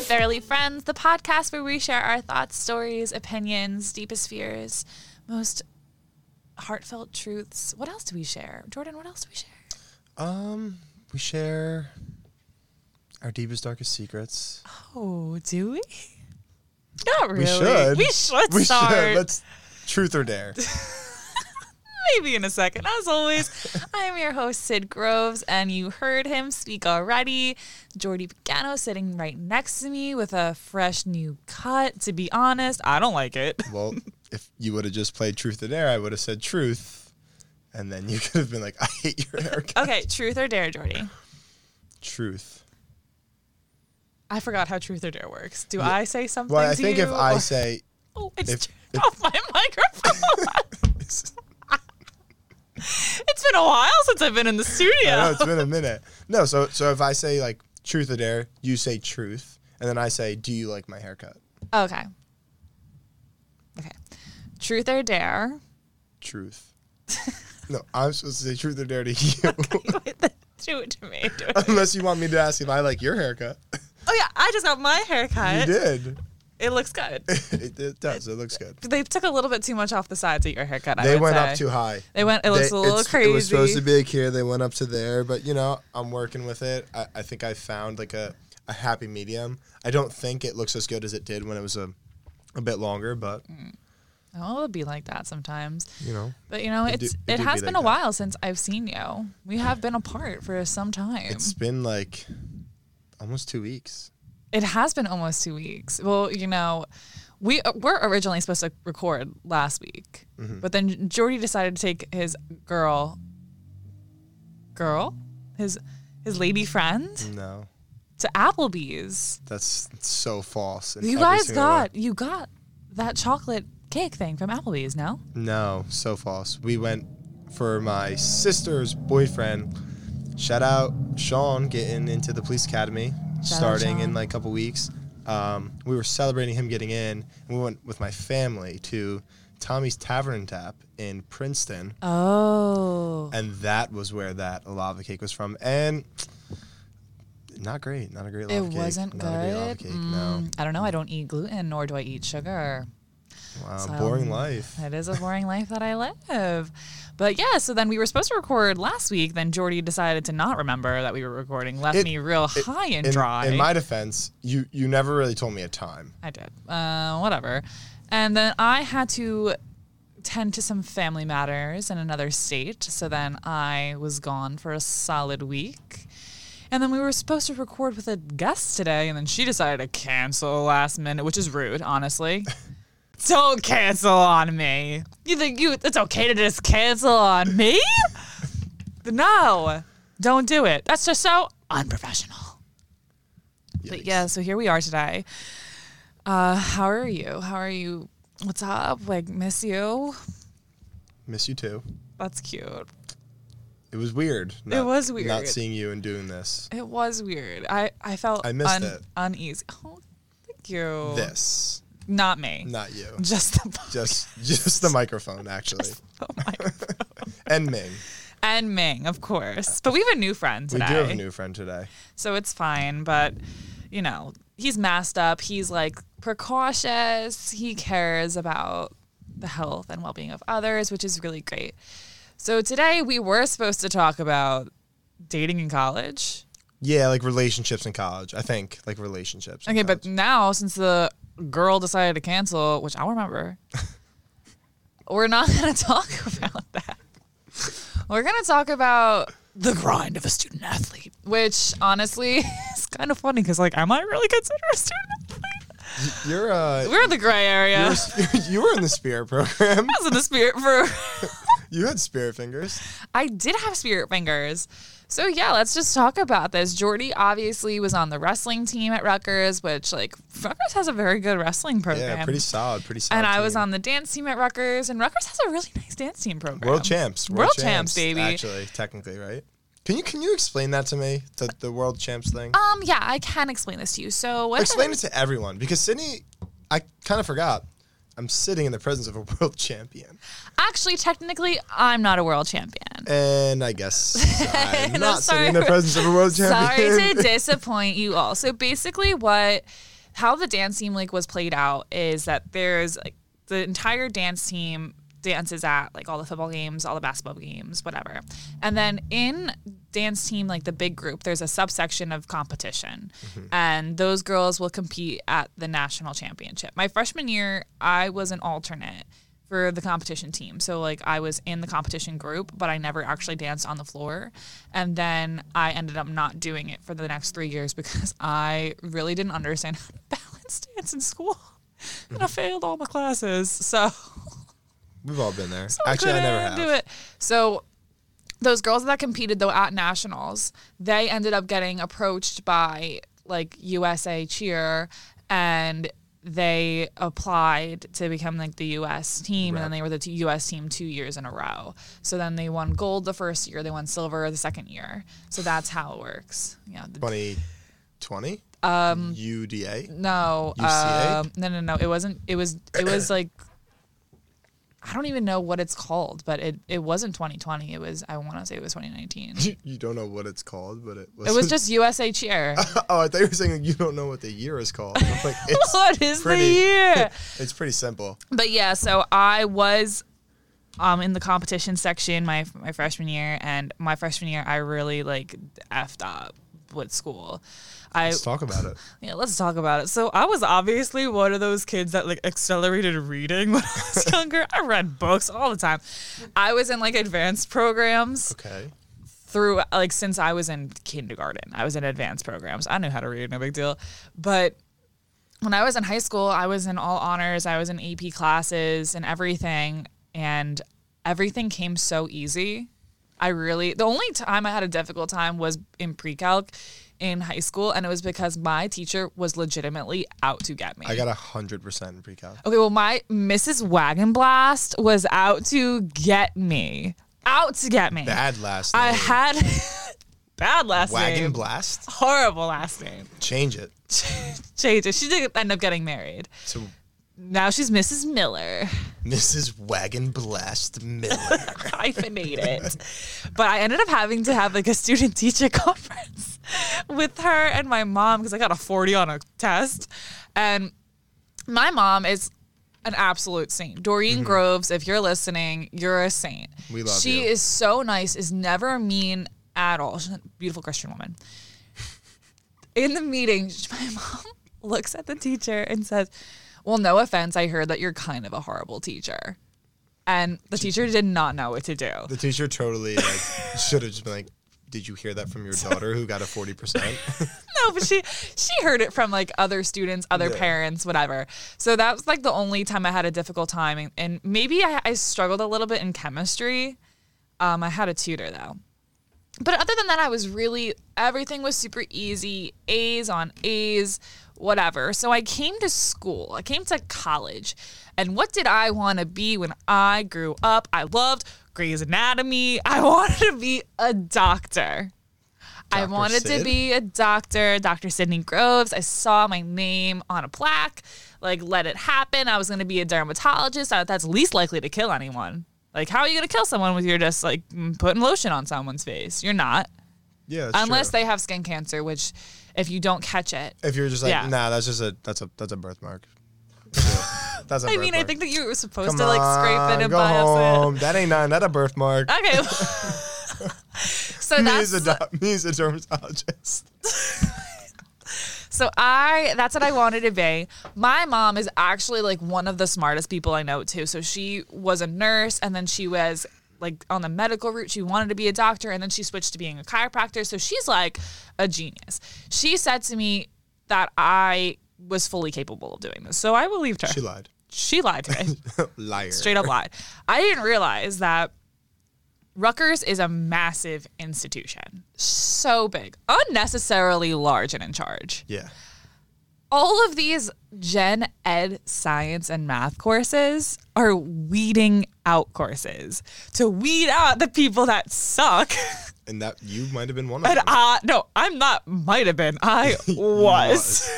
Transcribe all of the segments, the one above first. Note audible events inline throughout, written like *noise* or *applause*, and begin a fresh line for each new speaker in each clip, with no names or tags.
Friends, the podcast where we share our thoughts, stories, opinions, deepest fears, most heartfelt truths. What else do we share? Jordan, what else do we share?
Um, we share our deepest, darkest secrets.
Oh, do we? Not really.
We should.
We should
We
start.
should. Let's truth
*laughs*
or dare.
Maybe in a second. As
*laughs*
always, I am your host, Sid Groves, and you heard him speak already. Jordy Pagano sitting right next to me with a fresh new cut. To be honest, I don't like it. *laughs*
well, if you would have just played truth or dare, I would have said truth, and then you *laughs* could have been like, "I hate your haircut."
Okay, truth or dare, Jordy?
Truth.
I forgot how truth or dare works. Do I say something
Well, I
to
think
you?
if I
or-
say, *laughs*
Oh, it's
if-
turned off my *laughs* microphone. *laughs* it's been a while since I've been in the studio.
I know it's been a minute. No, so so if I say like truth or dare, you say truth, and then I say, "Do you like my haircut?"
Okay. Okay. Truth or dare. *laughs*
Truth. no, I'm supposed to say truth or dare to you, *laughs*
Do it to me. Do it.
unless you want me to ask if I like your haircut.
Oh yeah, I just got my
You
haircut.
did. *laughs*
It looks good.
it, it does. It looks good.
They took a little bit too much off the sides of your haircut. *laughs* I
They
would
went
say.
up too high.
They went. It looks
They-
a little
it's-
crazy.
It was supposed to be like here. They went up to there, but you know, I'm working with it. I, I think I found like a, a happy medium. I don't think it looks as good as it did when it was a, a bit longer, but
Oh, it'll be like that sometimes.
you know,
But you know,
It do-
it's
it
it
do
has
be
been
like
a
that.
while since I've seen you. We have been apart for some time.
it's been like almost two weeks.
It has been almost two weeks. Well, you know, we uh, were originally supposed to record last week,
Mm-hmm.
but then Jordy decided to take his girl, girl, his his lady friend
No,
to Applebee's.
that's so false. in
You
every
guys
single way.
got you got that chocolate cake thing from Applebee's, no?
no, so false. We went for my sister's boyfriend. Shout out Sean getting into the police academy,
Shout out
starting in
Sean.
like a couple weeks. Um, we were celebrating him getting in, and we went with my family to Tommy's Tavern Tap in Princeton,
Oh,
and that was where that lava cake was from. And not great, not a great
it
lava cake.
wasn't
not A great lava
good.
cake,
Mm, I don't know. I don't eat gluten, nor do I eat sugar.
No, wow,
Mm, So,
boring life.
It is a boring life that I live. But yeah, so then we were supposed to record last week. Then Jordy decided to not remember that we were recording, left
It-
me real
it-
high and
in,
dry.
in my defense, you you never really told me a time.
I did. Uh, whatever. And then I had to tend to some family matters in another state. So then I was gone for a solid week. And then we were supposed to record with a guest today, and then she decided to cancel last minute, which is rude, honestly. Don't cancel on me. You think you it's okay to just cancel on me? No. Don't do it. That's just so unprofessional. But
Yikes.
yeah, so here we are today. Uh, how are you? How are you? What's up? Like, miss you.
miss you too.
That's cute.
It was weird.
was
Not
weird.
seeing you and doing this.
It was weird. I I felt
I missed
un-
it.
uneasy. Oh, thank you.
This,
Not me.
not you.
Just the
Just, just the microphone actually,
*laughs* oh my.
and Ming.
and Ming, of course. But we have a new friend
We do
today.
have a new friend today.
so it's fine. But you know, he's masked up. He's like precautious. He cares about the health and well-being of others, which is really great. So today we were supposed to talk about dating in college.
Yeah, like relationships in college. I think like relationships. in
Okay, but
college.
now since the girl decided to cancel, which I'll
*laughs*
remember, we're not going to talk about that. We're going to talk about the grind of a student athlete, which honestly *laughs* is kind of funny because, like, am I really considered a student athlete?
you're uh,
*laughs* We're in the gray area. *laughs*
*laughs* you're, you were in the spirit program. *laughs*
I was in the spirit for. *laughs*
You had spirit fingers.
I did have spirit fingers. So yeah, let's just talk about this. Jordy obviously was on the wrestling team at Rutgers, which like Rutgers has a very good wrestling program.
Yeah, pretty solid, pretty solid.
and I was
team.
on the dance team at Rutgers, and Rutgers has a really nice dance team program.
world champs.
World champs, baby.
Actually, technically, right? Can you can you explain that to me? To the world champs thing.
Um, yeah, I can explain this to you. So what?
Explain it to everyone because Sydney, I kind of forgot. I'm sitting in the presence of a *laughs* world champion,
Actually, technically, I'm not a world champion.
and
*laughs*
I guess I'm
I'm
not sitting
sorry.
in the presence of a world
Sorry
champion.
to disappoint you all. So basically, what how the dance team like was played out is that there's like the entire dance team dances at like all the football games, all the basketball games, whatever. And then in dance team like the big group, there's a subsection of competition. And those girls will compete at the national championship. My freshman year, I was an alternate for the competition team. So like I was in the competition group, but I never actually danced on the floor. And then I ended up not doing it for the next 3 years because *laughs* I really didn't understand how to *laughs* balance dance in school. *laughs* And I failed all my classes. So
We've all been there.
I
Actually, I never
couldn't
have.
Do it. So those girls that competed though at nationals, they ended up getting approached by like USA Cheer, and they applied to become like the US team, and then
Right.
they were the t- US team two years in a row. So then they won gold the first year, they won silver the second year. So that's how it works. Yeah. the-
2020? Um, UDA?
no,
UCA?
um, no, no, no. It wasn't. It was. It was like. I don't even know what it's called, but it, it wasn't 2020. It was I want to say it was 2019. it
You don't know what it's called, but it was.
was just USA cheer.
*laughs* oh, I thought you were saying you don't know what the year is called. I'm like,
*laughs*
it's,
what is
pretty-
the year?
it's pretty simple.
But yeah, so I was um in the competition section my my freshman year, and my freshman year I really like effed up with school. I
Let's
*laughs*
talk about it.
Yeah, let's talk about it. So I was obviously one of those kids that like accelerated reading *laughs* when I was younger. I read books all the time. I was in like advanced programs
Okay.
through like since I was in kindergarten. I was in advanced programs. I knew how to read, no big deal. But when I was in high school, I was in all honors. I was in AP classes and everything, and everything came so easy. I really the only time I had a difficult time was in pre-calc in high school, and it was because my teacher was legitimately out to get me.
I got a 100% in pre-cal.
Okay, well, my Mrs. Wagon Blast was out to get me. Out to get me.
Bad last name.
I had *laughs* bad last
Wagon
name.
blast?
Horrible last name. *laughs*
Change it.
Change it. She did end up getting married.
So
Now she's Mrs. Miller.
Mrs. Wagon Blast
*laughs*
Miller.
Hyphenate it. But I ended up having to have like a student teacher *laughs* conference with her and my mom because I got a 40 on a test. And my mom is an absolute saint. Doreen Groves, if you're listening, you're a saint.
Mm-hmm. We love
she
you.
is so nice, is never mean at all. She's a beautiful Christian woman. In the meeting, *laughs* my mom looks at the teacher and says, Well, no offense, I heard that you're kind of a horrible teacher. And the teacher did not know what to do.
*laughs* the teacher totally like should have just been like, "Did you hear that from your daughter who got a 40%?"
no, but she she heard it from like other students, other
Yeah.
parents, whatever. So that was like the only time I had a difficult time, and, and maybe I, I struggled a little bit in chemistry. Um, I had a tutor though. But other than that, I was really everything was super easy. A's on A's, whatever. So I came to school. I came to college, and what did I want to be when I grew up? I loved Grey's Anatomy. I *laughs* wanted to be a doctor. I
Dr.
wanted to
Sid?
be a doctor, Dr. Sidney Groves. I saw my name on a plaque, like, let it happen. I was going to be a dermatologist. I- That's least likely to kill anyone. Like, how are you going to kill someone with your just like mm, putting lotion on someone's face? You're not.
*laughs* yeah, that's
Unless
true.
they have skin cancer, which if you don't catch it,
If you're just like,
Yeah.
"Nah, that's just a that's a that's
*laughs*
a birthmark." that's a
I mean, I
birthmark.
think that you were supposed
Come
to like
on,
scrape it and
go
biopsy
home. That ain't nothing. That a birthmark. *laughs*
it. Okay. *laughs* so
me
that's
as a doc- me as a dermatologist.
So I that's what I wanted to be. My mom is actually like one of the smartest people I know too. So she was a nurse and then she was like on the medical route. She wanted to be a doctor and then she switched to being a chiropractor. So she's like a genius. She said to me that I was fully capable of doing this. So I believed her.
She lied.
She lied to me.
*laughs* Liar.
Straight up lied. I didn't realize that Rutgers is a massive institution. So big. Unnecessarily large and in charge
Yeah.
all of these gen ed science and math courses are weeding out courses to weed out the people that suck. *laughs*
And that you might have been one of
And
them.
I, no, I'm not, might have been. I was.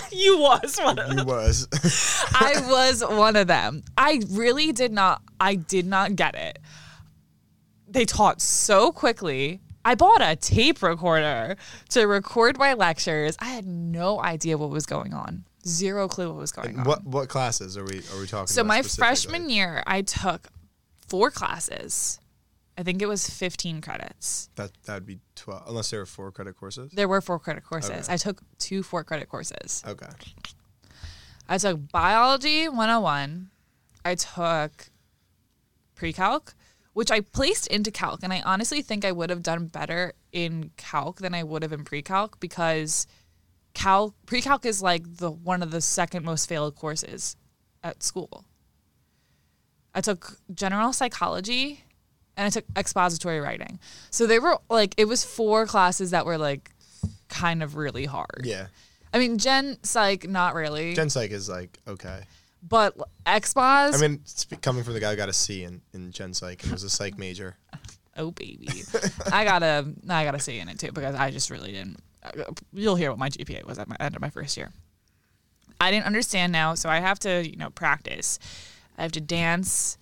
*laughs* you was one of
*laughs* you was.
I was one of them. I really did not. I did not get it. They taught so quickly. I bought a tape recorder to record my lectures. I had no idea what was going on. Zero clue what was going on.
What what classes are we are we talking?
So
about
my
specifically?
freshman year, I took four classes. I think it was 15 credits.
that that'd be twelve, unless there were four credit courses.
There were four credit courses.
Okay.
I took two four credit courses.
Okay,
I took biology 101. I took pre-calc, which I placed into calc, and I honestly think I would have done better in calc than I would have in pre-calc because calc pre-calc is like the one of the second most failed courses at school. I took general psychology and I took expository writing. So they were like it was four classes that were like kind of really hard.
yeah.
I mean, gen psych not really
Gen Psych is like okay.
but expos
I mean, sp- coming from the guy who got a C in in Gen Psych and was a psych major.
oh baby i gotta i gotta say in it too because i just really didn't uh, you'll hear what my gpa was at my end of my first year i didn't understand now so i have to you know practice i have to dance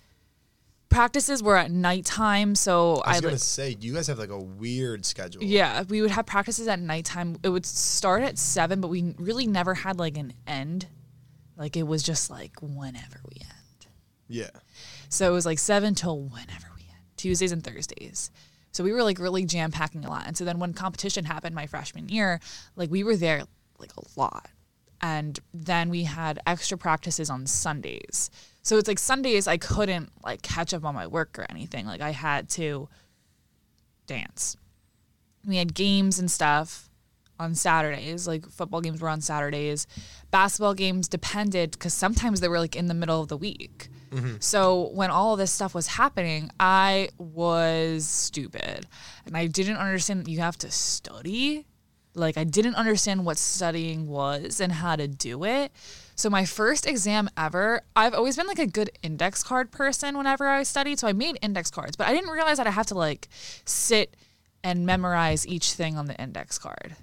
practices were at nighttime so
I was
i,
gonna
like
say you guys have like a weird schedule.
yeah we would have practices at nighttime it would start at seven but we really never had like an end like it was just like whenever we end
yeah.
So it was like seven till whenever we had Tuesdays and Thursdays. So we were like really jam packing a lot. And so then when competition happened my freshman year, like we were there like a lot. And then we had extra practices on Sundays. So it's like Sundays I couldn't like catch up on my work or anything. Like I had to dance. We had games and stuff on Saturdays. Like football games were on Saturdays. Basketball games depended because sometimes they were like in the middle of the week. So when all this stuff was happening, I was stupid and I didn't understand that you have to study. Like I didn't understand what studying was and how to do it. So my first exam ever, I've always been like a good index card person whenever I studied, so I made index cards, but I didn't realize that I have to like sit and memorize each thing on the index card.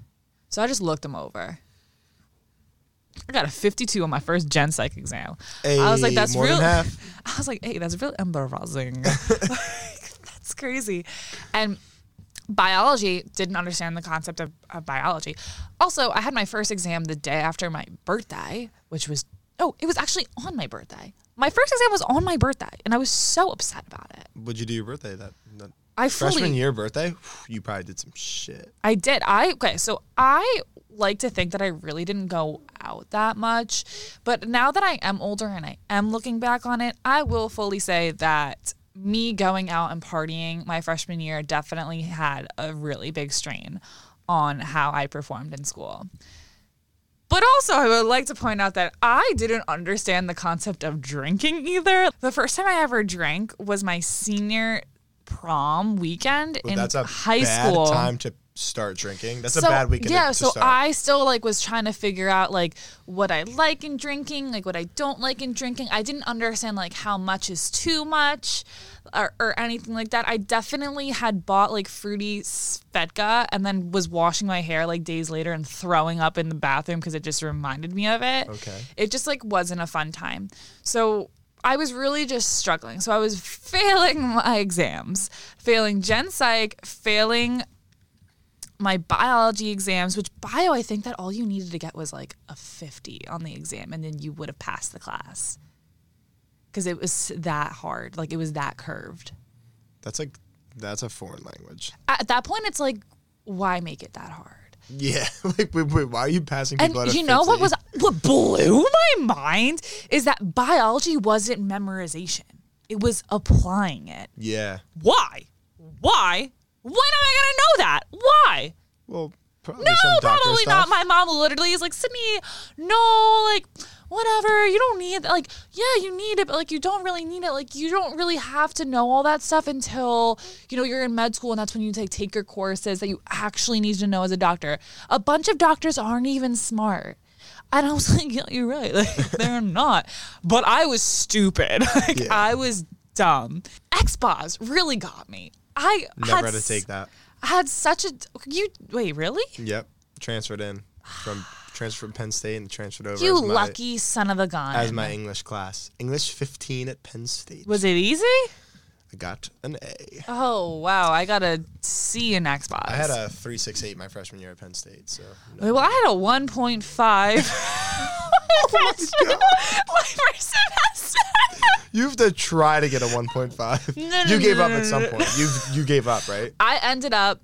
So I just looked them over. I got a 52 on my first gen psych exam. I was like,
Hey,
that's
more
real.
than half.
*laughs* I was like, hey, that's really
*laughs*
embarrassing. *laughs* Like, that's crazy. And biology didn't understand the concept of, of biology. Also, I had my first exam the day after my birthday, which was oh, it was actually on my birthday. My first exam was on my birthday, and I was so upset about it.
What'd you do your birthday that? that
I fully
freshman year birthday? You probably did some shit.
I did. I okay, so I like to think that I really didn't go out that much, but now that I am older and I am looking back on it, I will fully say that me going out and partying my freshman year definitely had a really big strain on how I performed in school. But also, I would like to point out that I didn't understand the concept of drinking either. The first time I ever drank was my senior prom weekend
But
in
that's a
high
bad
school
time to start drinking. That's a bad weekend.
yeah
to, to
so
start.
i still like was trying to figure out like what i like in drinking like what i don't like in drinking i didn't understand like how much is too much or, or anything like that i definitely had bought like fruity svedka and then was washing my hair like days later and throwing up in the bathroom because it just reminded me of it
Okay.
it just like wasn't a fun time. So I was really just struggling. So I was failing *laughs* my exams, failing gen psych, failing my biology exams, which bio, I think that all you needed to get was like a 50 on the exam, and then you would have passed the class because it was that hard. Like it was that curved.
That's like that's a foreign language.
At that point, it's like, why make it that hard?
Yeah. *laughs* like, wait, wait, why are you passing
And
people? out of
you know what
50?
was what blew *laughs* my mind is that biology wasn't memorization. It was applying it.
Yeah.
Why? Why? When am I gonna know that? Why?
Well, probably
No,
some doctor
probably not.
stuff.
My mom literally is like, Sydney, no, like, whatever. You don't need that. Like, yeah, you need it, but like, you don't really need it. Like, you don't really have to know all that stuff until, you know, you're in med school and that's when you like, take your courses that you actually need to know as a doctor. A bunch of doctors aren't even smart. And I was *laughs* like, yeah, you're right. Like, *laughs* they're not. But I was stupid. *laughs* Like,
Yeah.
I was dumb. Expos really got me. I
Never
had
had to take that.
I had such a you wait really
Yep. Transferred in from transferred from Penn State and transferred over.
you
as my,
lucky son of a gun
As my English class, English 15 at Penn State.
was it easy
I got an A.
oh wow I got a C in Xbox
I had a 368 my freshman year at Penn State. So.
*laughs*
no.
well I had a one point five
Oh
*laughs* professional life person has said.
You have to try to get a *laughs* 1.5.
No, no,
you gave
no,
up
no, no,
at some
no.
point. You you gave up, right?
I ended up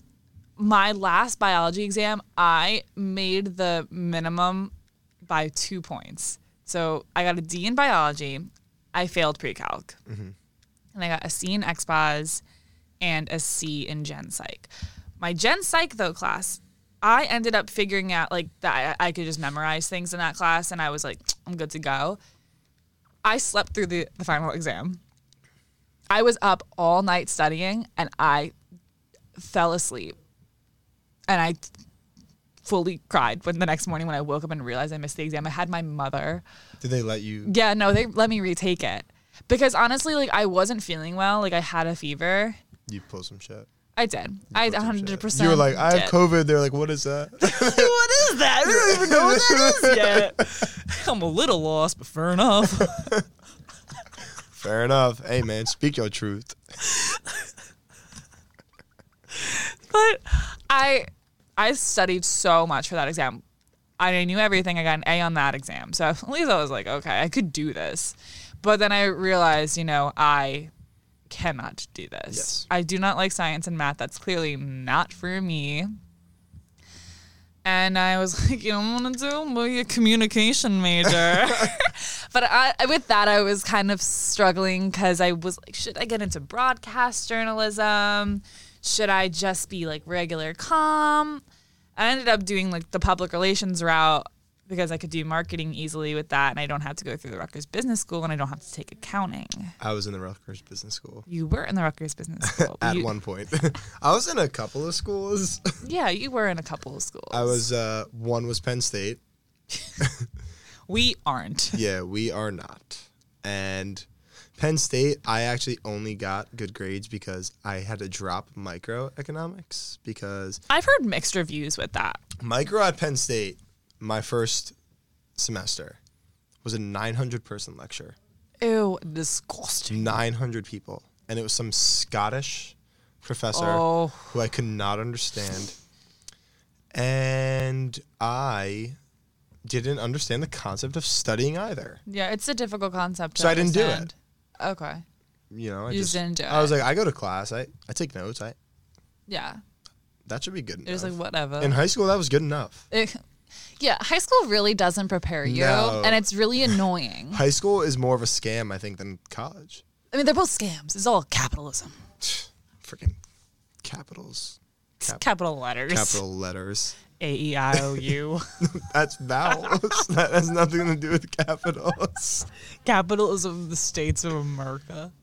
my last biology exam, I made the minimum by two points. So I got a D in biology. I failed pre-calc. And I got a C in XPOS and a C in Gen Psych. My Gen Psych, though, class, I ended up figuring out like that I I could just memorize things in that class. And I was like, I'm good to go. I slept through the, the final exam. I was up all night studying and I fell asleep and I fully cried when the next morning when I woke up and realized I missed the exam. I had my mother.
Did they let you?
Yeah, no, they let me retake it because honestly, like I wasn't feeling well. Like I had a fever.
You pull some shit.
I did. I 100. percent
You were like, I have
did.
COVID. They're like, what is that?
*laughs*
*laughs*
what is that? I don't even know what that is yet.
*laughs*
I'm a little lost, but fair enough.
Fair enough. Hey man, speak your truth.
but I I studied so much for that exam. I knew everything. I got an A on that exam. So *laughs* at least I was like, okay, I could do this. But then I realized, you know, I cannot do this.
Yes.
I do not like science and math. That's clearly not for me. And I was *laughs* like, you don't want to do? Well, you're a communication major. but I, with that, I was kind of struggling because I was like, should I get into broadcast journalism? Should I just be like regular com? I ended up doing like the public relations route because I could do marketing easily with that, and I don't have to go through the Rutgers Business School, and I don't have to take accounting.
I was in the Rutgers Business School
You were in the Rutgers
*laughs*
Business School.
at
You-
one point. *laughs* I was in a couple of schools.
Yeah, you were in a couple of schools.
I was. Uh, one was Penn State.
We aren't.
Yeah, we are not. And Penn State, I actually only got good grades because I had to drop microeconomics because
I've heard mixed reviews with that.
micro at Penn State, my first semester, was a 900 person lecture.
Ew, disgusting.
900 people. And it was some Scottish professor
Oh.
who I could not understand. And I didn't understand the concept of studying either.
Yeah, it's a difficult concept. To
So I didn't do it.
understand. Okay.
You know, I
You just
just,
didn't do
I was
it.
like, I go to class. I, I take notes. I
Yeah.
that should be good enough.
It was like whatever.
In high school, that was good enough.
*laughs* It- yeah, high school really doesn't prepare you,
No.
and it's really annoying.
High school is more of a scam, I think, than college. *sighs*
I mean, they're both scams. It's all capitalism.
Freaking capitals,
It's
Cap-
capital letters.
capital letters.
*laughs*
*laughs*
A E I O U.
That's vowels. *laughs* that has nothing to do with capitals.
Capitalism of the States of America.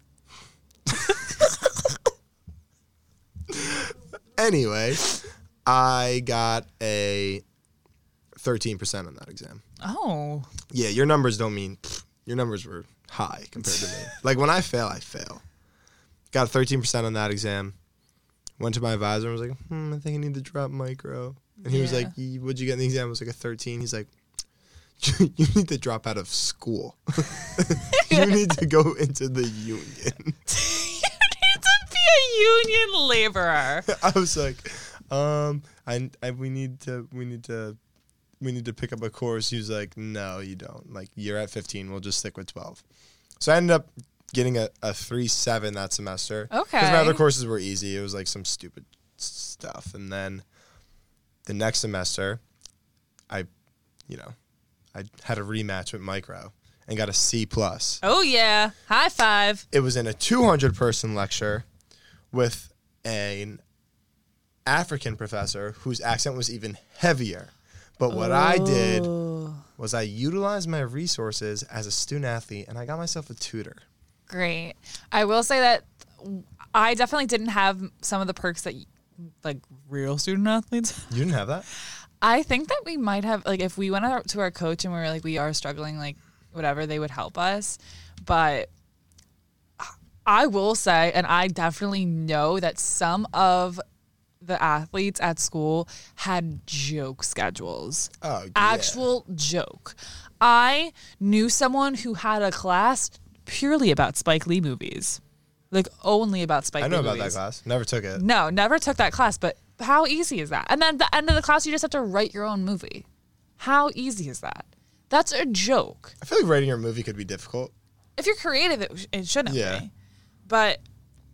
Anyway, I got a 13% on that exam.
Oh.
Yeah, your numbers don't mean your numbers were high compared to me. like when I fail, I fail. Got thirteen percent on that exam. Went to my advisor and was like, hmm, I think I need to drop micro. And he was
Yeah.
like, "Y- What'd you get in the exam? I was like a thirteen. He's like, *laughs* You need to drop out of school. *laughs* you need to go into the union.
you need to be a union laborer.
*laughs* I was like, um, I, I we need to we need to we need to pick up a course. He was like, no, you don't. Like you're at 15. We'll just stick with 12. So I ended up getting a, a three seven that semester. Because
Okay.
my other courses were easy. It was like some stupid s- stuff. And then the next semester, I, you know, I had a rematch with micro and got a C plus
*laughs* Oh, yeah. High five.
it was in a 200 person lecture with an African professor whose accent was even heavier. But what I did
Oh.
was I utilized my resources as a student athlete and I got myself a tutor.
Great. I will say that I definitely didn't have some of the perks that like real student athletes
You didn't have that?
I think that we might have like if we went out to our coach and we were like we are struggling like whatever they would help us, but I will say and I definitely know that some of the athletes at school had joke schedules.
Oh, yeah.
Actual joke. I knew someone who had a class purely about Spike Lee movies. Like only about Spike
I
Lee
know about that
movies.
class. Never took it.
No, never took that class, but how easy is that? And then at the end of the class, you just have to write your own movie. How easy is that? That's a joke.
I feel like writing your movie could be difficult.
If you're creative, it, sh- it shouldn't
Yeah.
be. But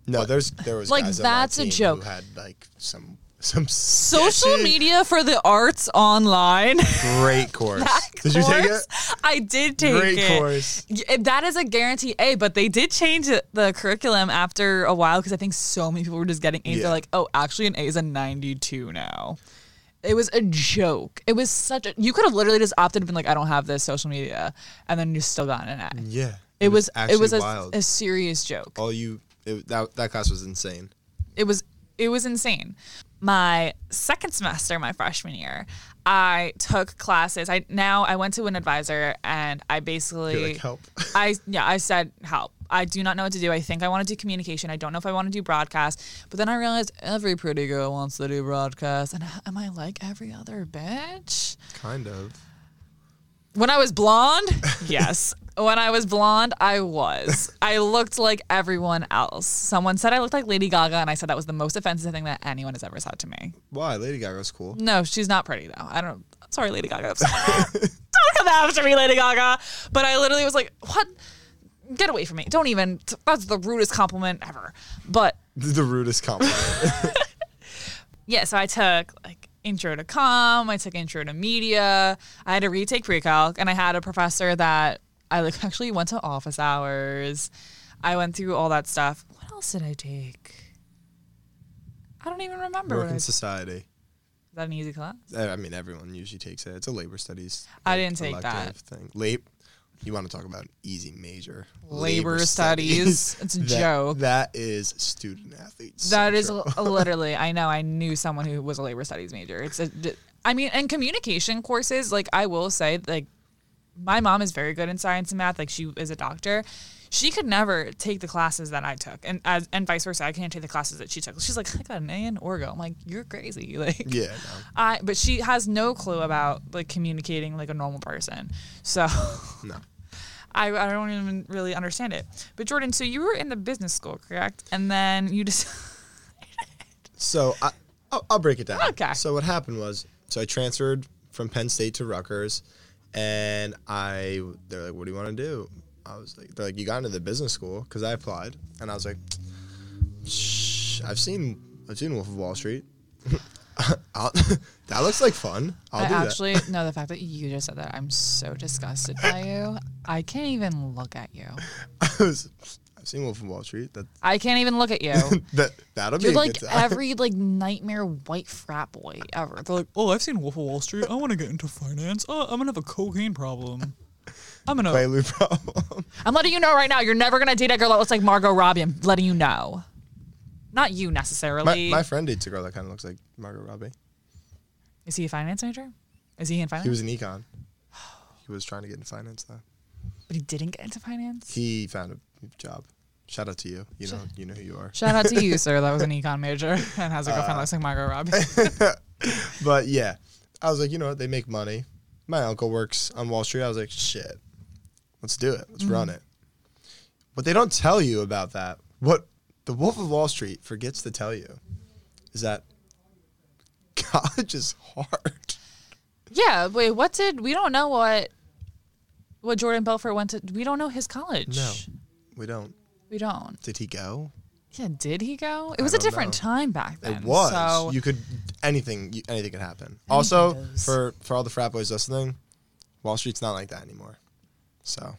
No, there's there was
Like,
guys on
that's a
my team
joke.
Who had like some some
social
sketchy,
media for the arts online. *laughs*
great course.
that
Did you take it?
course, I did take
Great
it.
course.
Y- eh, That is a guarantee A, but they did change it- the curriculum after a while because I think so many people were just getting A's.
Yeah.
They're like, oh, actually, an A is a 92 now. It was a joke. It was such a. You could have literally just opted and been like, I don't have this social media, and then you still gotten an A.
Yeah.
It, was,
Mm. actually
it was a,
wild.
a serious joke.
All you it, that that class was insane.
It was it was insane. My second semester, my freshman year, I took classes. I now I went to an advisor and I
You're
basically
like help. *laughs*
I yeah, I said help. I do not know what to do. I think I want to do communication. I don't know if I want to do broadcast. But then I realized every pretty girl wants to do broadcast. And am I like every other bitch?
kind of.
When I was blonde, yes. When I was blonde, I was. I looked like everyone else. Someone said I looked like Lady Gaga, and I said that was the most offensive thing that anyone has ever said to me.
Why? Lady Gaga's cool. *laughs*
No, she's not pretty though. I don't. Sorry, Lady Gaga. don't come after me, Lady Gaga. But I literally was like, "What? Get away from me! Don't even." That's the rudest compliment ever. But
The rudest compliment.
yeah, so I took like intro to com, I took intro to media, I had to retake pre-calc, and I had a professor that I like *laughs* actually went to office hours. I went through all that stuff. What else did I take? I don't even remember. What I,
Work in
is
society.
that an easy class?
I I mean, everyone usually takes it. It's a labor studies.
I
like,
didn't take
elective
that.
Thing. Lab. You want to talk about easy major?
Labor studies. It's a
That-
joke.
That is student athletes.
That is
central.
l- literally. I know. I knew someone who was a labor studies major. It's a. d- I mean, and communication courses. Like I will say, like my mom is very good in science and math. Like she is a doctor. She could never take the classes that I took, and as, and vice versa. I can't take the classes that she took. She's like, I got an A in Orgo. I'm like, you're crazy. *laughs* Like,
yeah. no.
I. But she has no clue about like communicating like a normal person. So. *laughs*
No.
I, I don't even really understand it. But Jordan, so you were in the business school, correct? And then you *laughs* just
So I, I'll, I'll break it down.
Okay.
So what happened was, so I transferred from Penn State to Rutgers, and I they're like, "What do you want to do?" I was like, "They're like, you got into the business school because I applied," and I was like, Shh, "I've seen I've seen Wolf of Wall Street. *laughs* I'll, *laughs* that looks like fun. I'll
I
do *laughs*
actually no. The fact that you just said that, I'm so disgusted by you. I can't even look at you.
that." I was, I've seen Wolf of Wall Street. That
I can't even look
*laughs*
at you.
that that'll be
You're
a
like
good time. *laughs*
every like nightmare white frat boy ever. They're like,
Oh, I've seen Wolf of Wall Street. I want to get into finance. Oh, I'm gonna have a cocaine problem.
I'm gonna.
Play loop
*laughs*
problem.
I'm letting you know right now. You're never gonna date a girl that looks like Margot Robbie. I'm letting you know. Not you
my,
necessarily.
my friend dates a girl that kind of looks like Margot Robbie.
Is he a finance major? Is he in finance?
He was an econ. He was trying to get into finance though.
but he didn't get into finance.
He found a job. Shout out to you. You know, you know who you are.
Shout out to you, sir. That was an econ major *laughs* and has
Uh,
a girlfriend that looks like Margot
*laughs*
Robbie.
But yeah, I was like, you know what? They make money. My uncle works on Wall Street. I was like, shit, let's do it. Let's run it. What they don't tell you about that, what the Wolf of Wall Street forgets to tell you, is that *laughs* college is hard.
Yeah, wait, what did we don't know what what Jordan Belfort went to we don't know his college.
No, we don't.
We don't.
Did he go?
Yeah, did he go? It was a
don't
different
know.
time back then.
It was.
So
you could anything. You, anything could happen. Also,
goes.
for for all the frat boys listening, Wall Street's not like that anymore. So,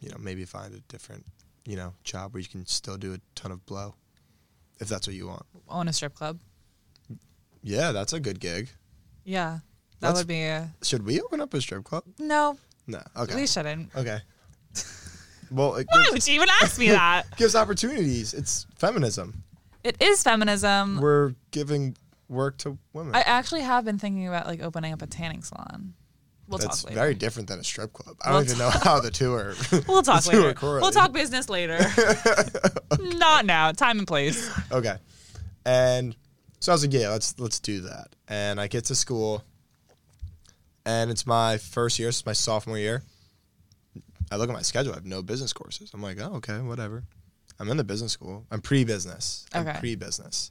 you know, maybe find a different, you know, job where you can still do a ton of blow, if that's what you want.
own a strip club.
Yeah, that's a good gig.
Yeah. That
Let's-
would be a
Should we open up a strip club?
No,
No. Okay.
we shouldn't. *laughs*
okay. Well, it
Why
gives,
would you even ask me that?
gives opportunities. It's feminism.
*laughs* It is feminism.
We're giving work to women.
I actually have been thinking about like opening up a tanning salon. We'll
that's
talk later.
very different than a strip club. I
We'll
don't even know how the two are.
*laughs* We'll
*laughs*
talk
the two are
later. We'll
correlated.
talk business
*laughs*
later. Not now. Time and place.
Okay. And so I was like, yeah, let's let's do that. And I get to school and it's my first year, it's my sophomore year. I look at my schedule, I have no business courses. I'm like, oh, okay, whatever. I'm in the business school. I'm pre business. I'm
Okay.
pre business.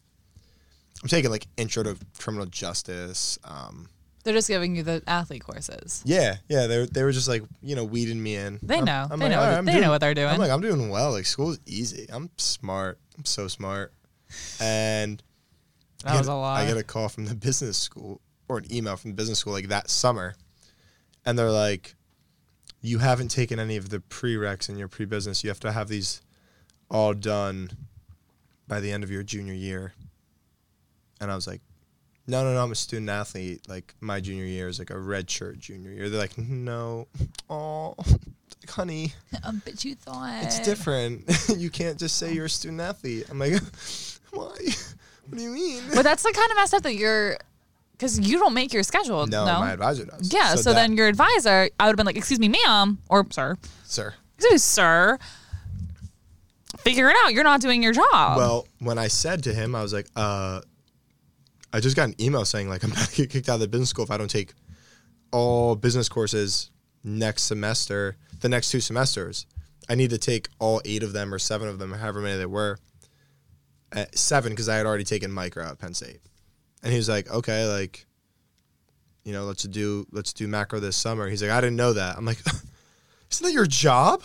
I'm taking like intro to criminal justice, um,
They're just giving you the athlete courses.
Yeah, yeah. They were, they were just like you know weeding me in.
They
I'm-
know.
I'm
They
like,
know
"All
what-
I'm
they know
doing-
what they're doing."
I'm like I'm doing well. Like school's easy. I'm smart. I'm so smart. And I
That
get-
was a lot.
I get a call from the business school or an email from the business school like that summer, and they're like, "You haven't taken any of the prereqs in your pre-business. You have to have these all done by the end of your junior year." And I was like, "No, no, no. I'm a student athlete. Like my junior year is like a red shirt junior year." They're like, "No, oh, *laughs* like, honey."
Um, but you thought
It's different. *laughs* you can't just say you're a student athlete. I'm like, *laughs* why? *laughs* What do you mean?
But that's the kind of messed up that you're, because you don't make your schedule.
No,
No,
my advisor does.
yeah. So,
that-
then your advisor, I would have been like, "Excuse me, ma'am," or "Sir,
sir.
excuse me, sir." Figure it out. You're not doing your job.
Well, when I said to him, I was like, uh, I just got an email saying like *laughs* I'm about to get kicked out of the business school if I don't take all business courses next semester, the next two semesters. I need to take all eight of them or seven of them, however many there were. Uh, seven because I had already taken micro at Penn State, and he was like, okay, like, you know, let's do let's do macro this summer. He's like, I didn't know that. I'm like, *laughs* isn't that your job?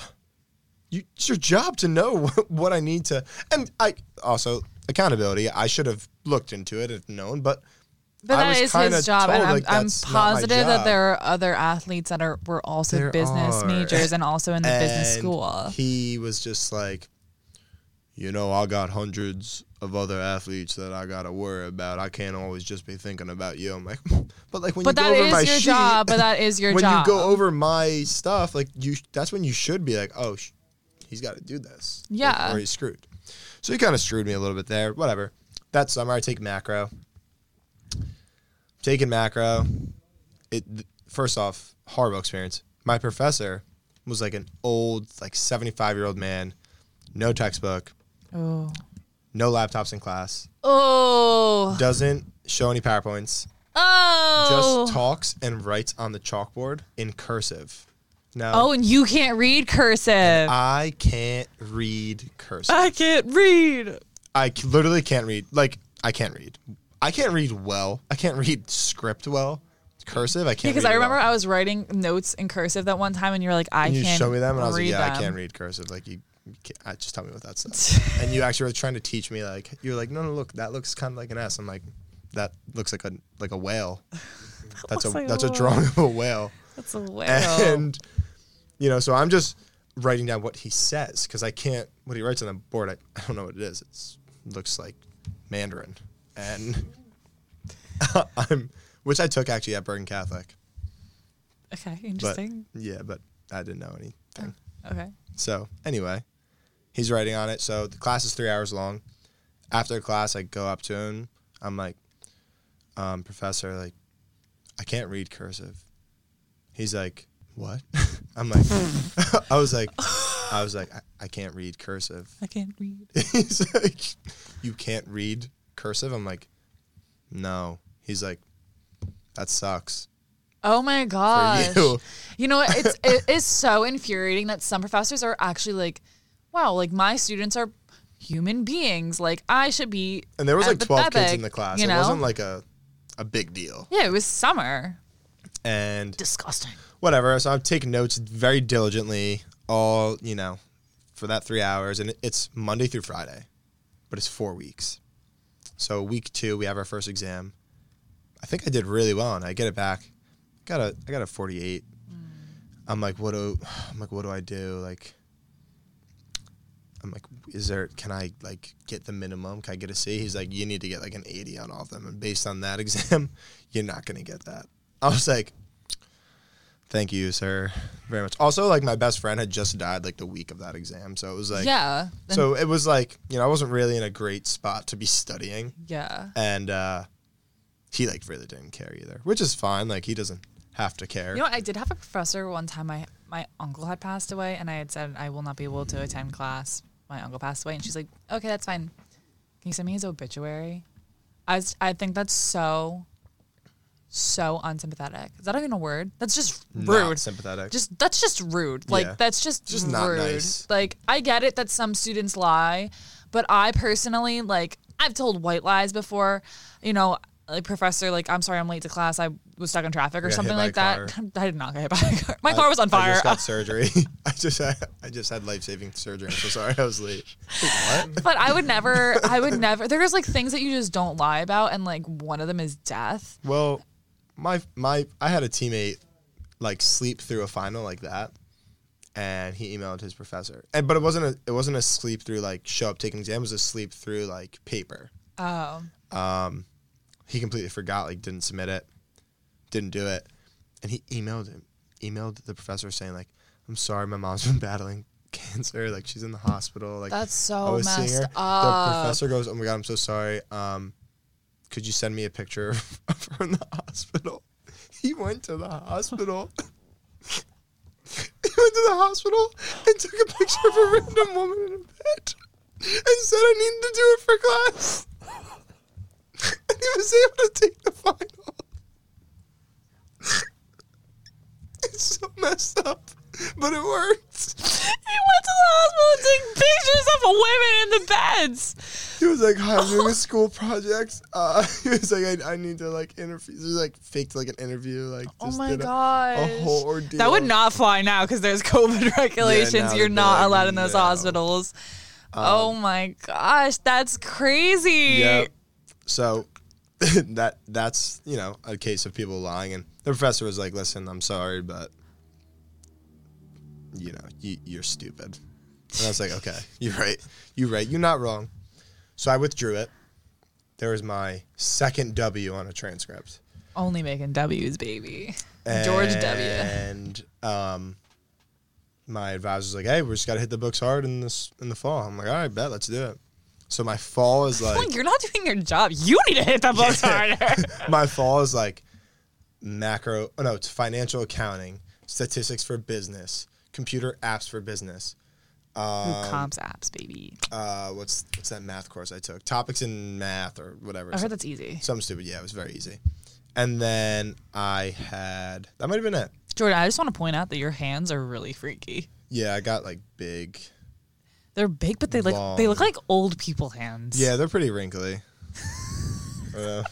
you, it's your job to know *laughs* what, what I need to. And I also accountability. I should have looked into it and known, but
but
I
that
was
is
kinda
his job, and
told,
I'm,
like,
I'm
that's not my
positive that
job.
there are other athletes that are were also
There
business
are.
majors and also in the business
and
school.
He was just like, you know, I got hundreds of other athletes that I gotta worry about. I can't always just be thinking about you. I'm like, *laughs* but like when
But
you
that
go over my
is your
sheet,
job. But that is your
when
job.
you go over my stuff, like you, that's when you should be like, oh, sh- he's got to do this. Like,
Yeah.
or he's screwed. So he kind of screwed me a little bit there. Whatever. That summer, I take macro. Taking macro, it th- first off horrible experience. My professor was like an old, like seventy-five year old man, no textbook,
oh.
no laptops in class,
*laughs* Oh.
doesn't show any powerpoints
Oh.
just talks and writes on the chalkboard in cursive. Now,
oh, and you can't read cursive.
I can't read cursive.
I can't read.
I c- literally can't read. Like, I can't read. I can't read well. I can't read script well. Cursive, I can't.
Because
read
I
it
remember
well.
I was writing notes in cursive that one time, and you were like, "I
And you
can't."
showed me them, and I was like,
read
"Yeah, I
them."
can't read cursive." Like, you, you can't, I, just tell me what
*laughs*
that says. and you actually were trying to teach me. Like, you're like, "No, no, look, that looks kind of like an S." I'm like, "That looks like a like
*laughs*
a whale. That's a
looks like a
that's a
whale."
drawing of a whale."
That's a whale.
*laughs* and you know so i'm just writing down what he says because i can't what he writes on the board i, I don't know what it is it's, it looks like mandarin and *laughs* i'm which i took actually at bergen catholic
*laughs* okay,
but
interesting.
yeah but i didn't know anything
okay.
so anyway he's writing on it so the class is three hours long after class i go up to him i'm like um, professor like i can't read cursive he's like what *laughs* i'm like i was like i was like i, I can't read cursive *laughs*
I can't read.
he's like you can't read cursive i'm like no he's like that sucks
Oh my
*laughs*
gosh.
you.
You know, what? it's it is so infuriating that some professors are actually like, "Wow, like my students are human beings. Like I should be."
and there was like 12 kids in
empathetic,"
the class
You know?
it wasn't like a a big deal
yeah, it was summer.
and
Disgusting.
whatever. So I've taken notes very diligently, all you know, for that three hours, and it's Monday through Friday, but it's four weeks. So week two, we have our first exam. I think I did really well, and I get it back. Got a, I got a forty-eight. I'm like, what do, I'm like, what do I do? Like, I'm like, is there? Can I like get the minimum? Can I get a C? He's like, you need to get like an eighty on all of them, and based on that *laughs* exam, you're not gonna get that. I was like, Thank you, sir, very much. Also, like my best friend had just died like the week of that exam, so it was like,
yeah. Then-
So it was like, you know, I wasn't really in a great spot to be studying,
yeah.
and uh, he like really didn't care either, which is fine. Like he doesn't have to care.
You know, what? I did have a professor one time. My my uncle had passed away, and I had said I will not be able to attend class. My uncle passed away, and she's like, "Okay, that's fine. Can you send me his obituary?" I s- I think that's so so unsympathetic. Is that even a word? That's just
Not
rude.
sympathetic.
Just that's just rude. Like
Yeah.
that's just
Just
rude.
not nice.
Like I get it that some students lie, but I personally like I've told white lies before. You know, like professor, like I'm sorry, I'm late to class. I was stuck in traffic or
got hit
something
by
like
a
that. *laughs* I did not get hit by a car. My car was on
I
fire.
just
*laughs*
got surgery. *laughs* I just had, I just had life saving surgery. I'm so sorry I was late. Wait, what?
but I would never. I would never. There's like things that you just don't lie about, and like one of them is death. *laughs*
Well, my my I had a teammate like sleep through a final like that, and he emailed his professor. And but it wasn't a it wasn't a sleep through like show up taking exam. It was a sleep through like paper. Um,
Oh,
He completely forgot like didn't submit it, didn't do it, and he emailed him emailed the professor saying like I'm sorry my mom's been *laughs* battling cancer like she's in the hospital like
that's
I
so
was seeing
messed
her. The
up.
professor goes, "Oh my god, I'm so sorry. Um, could you send me a picture *laughs* of her in the hospital?" *laughs* He went to the hospital. *laughs* he went to the hospital and took a picture of a random woman in a bed and said, "I need to do it for class." *laughs* and he was able to take the final. *laughs* it's so messed up, but it worked.
He went to the hospital to take pictures of women in the beds.
He was like, "Hi, I'm doing a school project." Uh, *laughs* he was like, I, "I need to like interview." He was like faked like an interview, like
Oh
just
my
did a-
gosh.
a whole ordeal.
That would not fly now because there's COVID *laughs* regulations.
Yeah, now
You're
they'd be Um,
not
like,
allowed in those
no.
hospitals. oh my gosh, that's crazy.
Yeah. So *laughs* that that's you know a case of people lying, and the professor was like, "Listen, I'm sorry, but you know you, you're stupid." And I was like, "Okay, *laughs* you're right. You're right. You're not wrong." So I withdrew it. There was my second W on a transcript.
Only making W's, baby.
Eh,
George W.
And um, my advisor's like, "Hey, we just gotta hit the books hard in this in the fall." I'm like, "All right, bet, let's do it." So my
*laughs*
fall is like
Well, you're not doing your job. You need to hit the
*laughs*
books harder.
my fall is like macro. Oh no, it's financial accounting, statistics for business, computer apps for business.
Ooh,
Um,
comps apps, baby.
Uh, what's what's that math course I took? Topics in math or whatever.
I heard that's easy.
Something stupid. Yeah, it was very easy. And then I had that might have been it.
Jordan, I just want to point out that your hands are really freaky.
Yeah, I got like big.
They're big, but they like they look like old people hands.
Yeah, they're
*laughs*
pretty wrinkly. uh,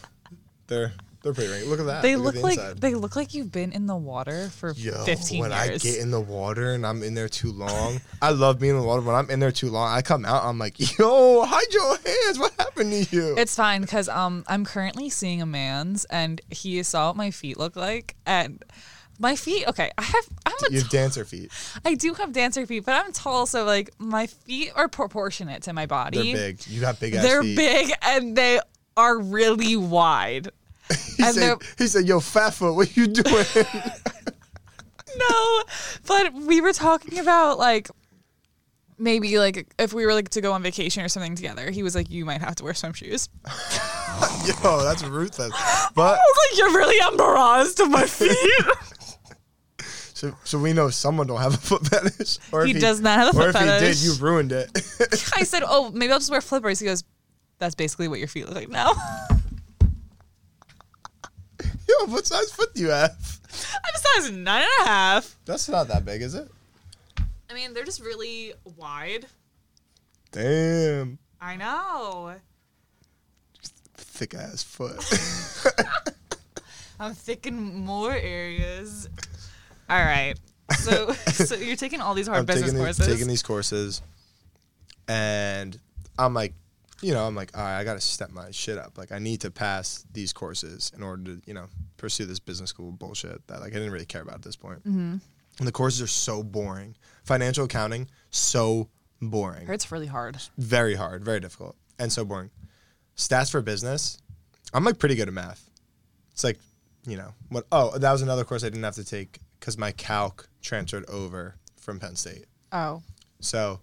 they're they're pretty wrinkly. Look at that.
They
Look
look
at the
like
inside.
they look like you've been in the water for
Yo,
15
when
years.
I get in the water and I'm in there too long, I love being in the water. When I'm in there too long, I come out. I'm like, yo, hide your hands. What happened to you?
It's fine because um I'm currently seeing a man's and he saw what my feet look like and my feet okay I have I'm a
*laughs* you
t-
have dancer feet.
I do have dancer feet but I'm tall so like my feet are proportionate to my
They're
body.
big. You got big ass
They're
feet.
big and they are really
*laughs*
wide.
He
and
said, he said, yo, fat foot, what you doing? *laughs*
no, but we were talking about like maybe like if we were like to go on vacation or something together. He was like, "You might have to wear swim shoes."
yo, that's ruthless. But
I was like, "You're really embarrassed
*laughs*
of my feet."
so, so we know someone don't have a foot fetish. Or
He does not have a
or
foot
if he did,
fetish.
you ruined it. *laughs*
I said, "Oh, maybe I'll just wear flippers." He goes, "That's basically what your feet look like now." *laughs*
yo, what size foot do you have?
I'm size nine and a half.
That's not that big, is it?
I mean, they're just really wide.
Damn.
I know.
Thick ass foot. *laughs*
I'm thick in more areas. All right.
*laughs*
So, so you're taking all these hard
I'm
business
taking, the-
courses.
taking these courses, and I'm like, you know, I'm like, all right, I gotta step my shit up. Like, I need to pass these courses in order to, you know, pursue this business school bullshit that like I didn't really care about at this point. Mm-hmm. And the courses are so boring. Financial accounting, so boring.
It's really hard.
Very hard, very difficult, and so boring. Stats for business, I'm like pretty good at math. It's like, you know, what? Oh, that was another course I didn't have to take because my calc transferred over from Penn State.
Oh,
So,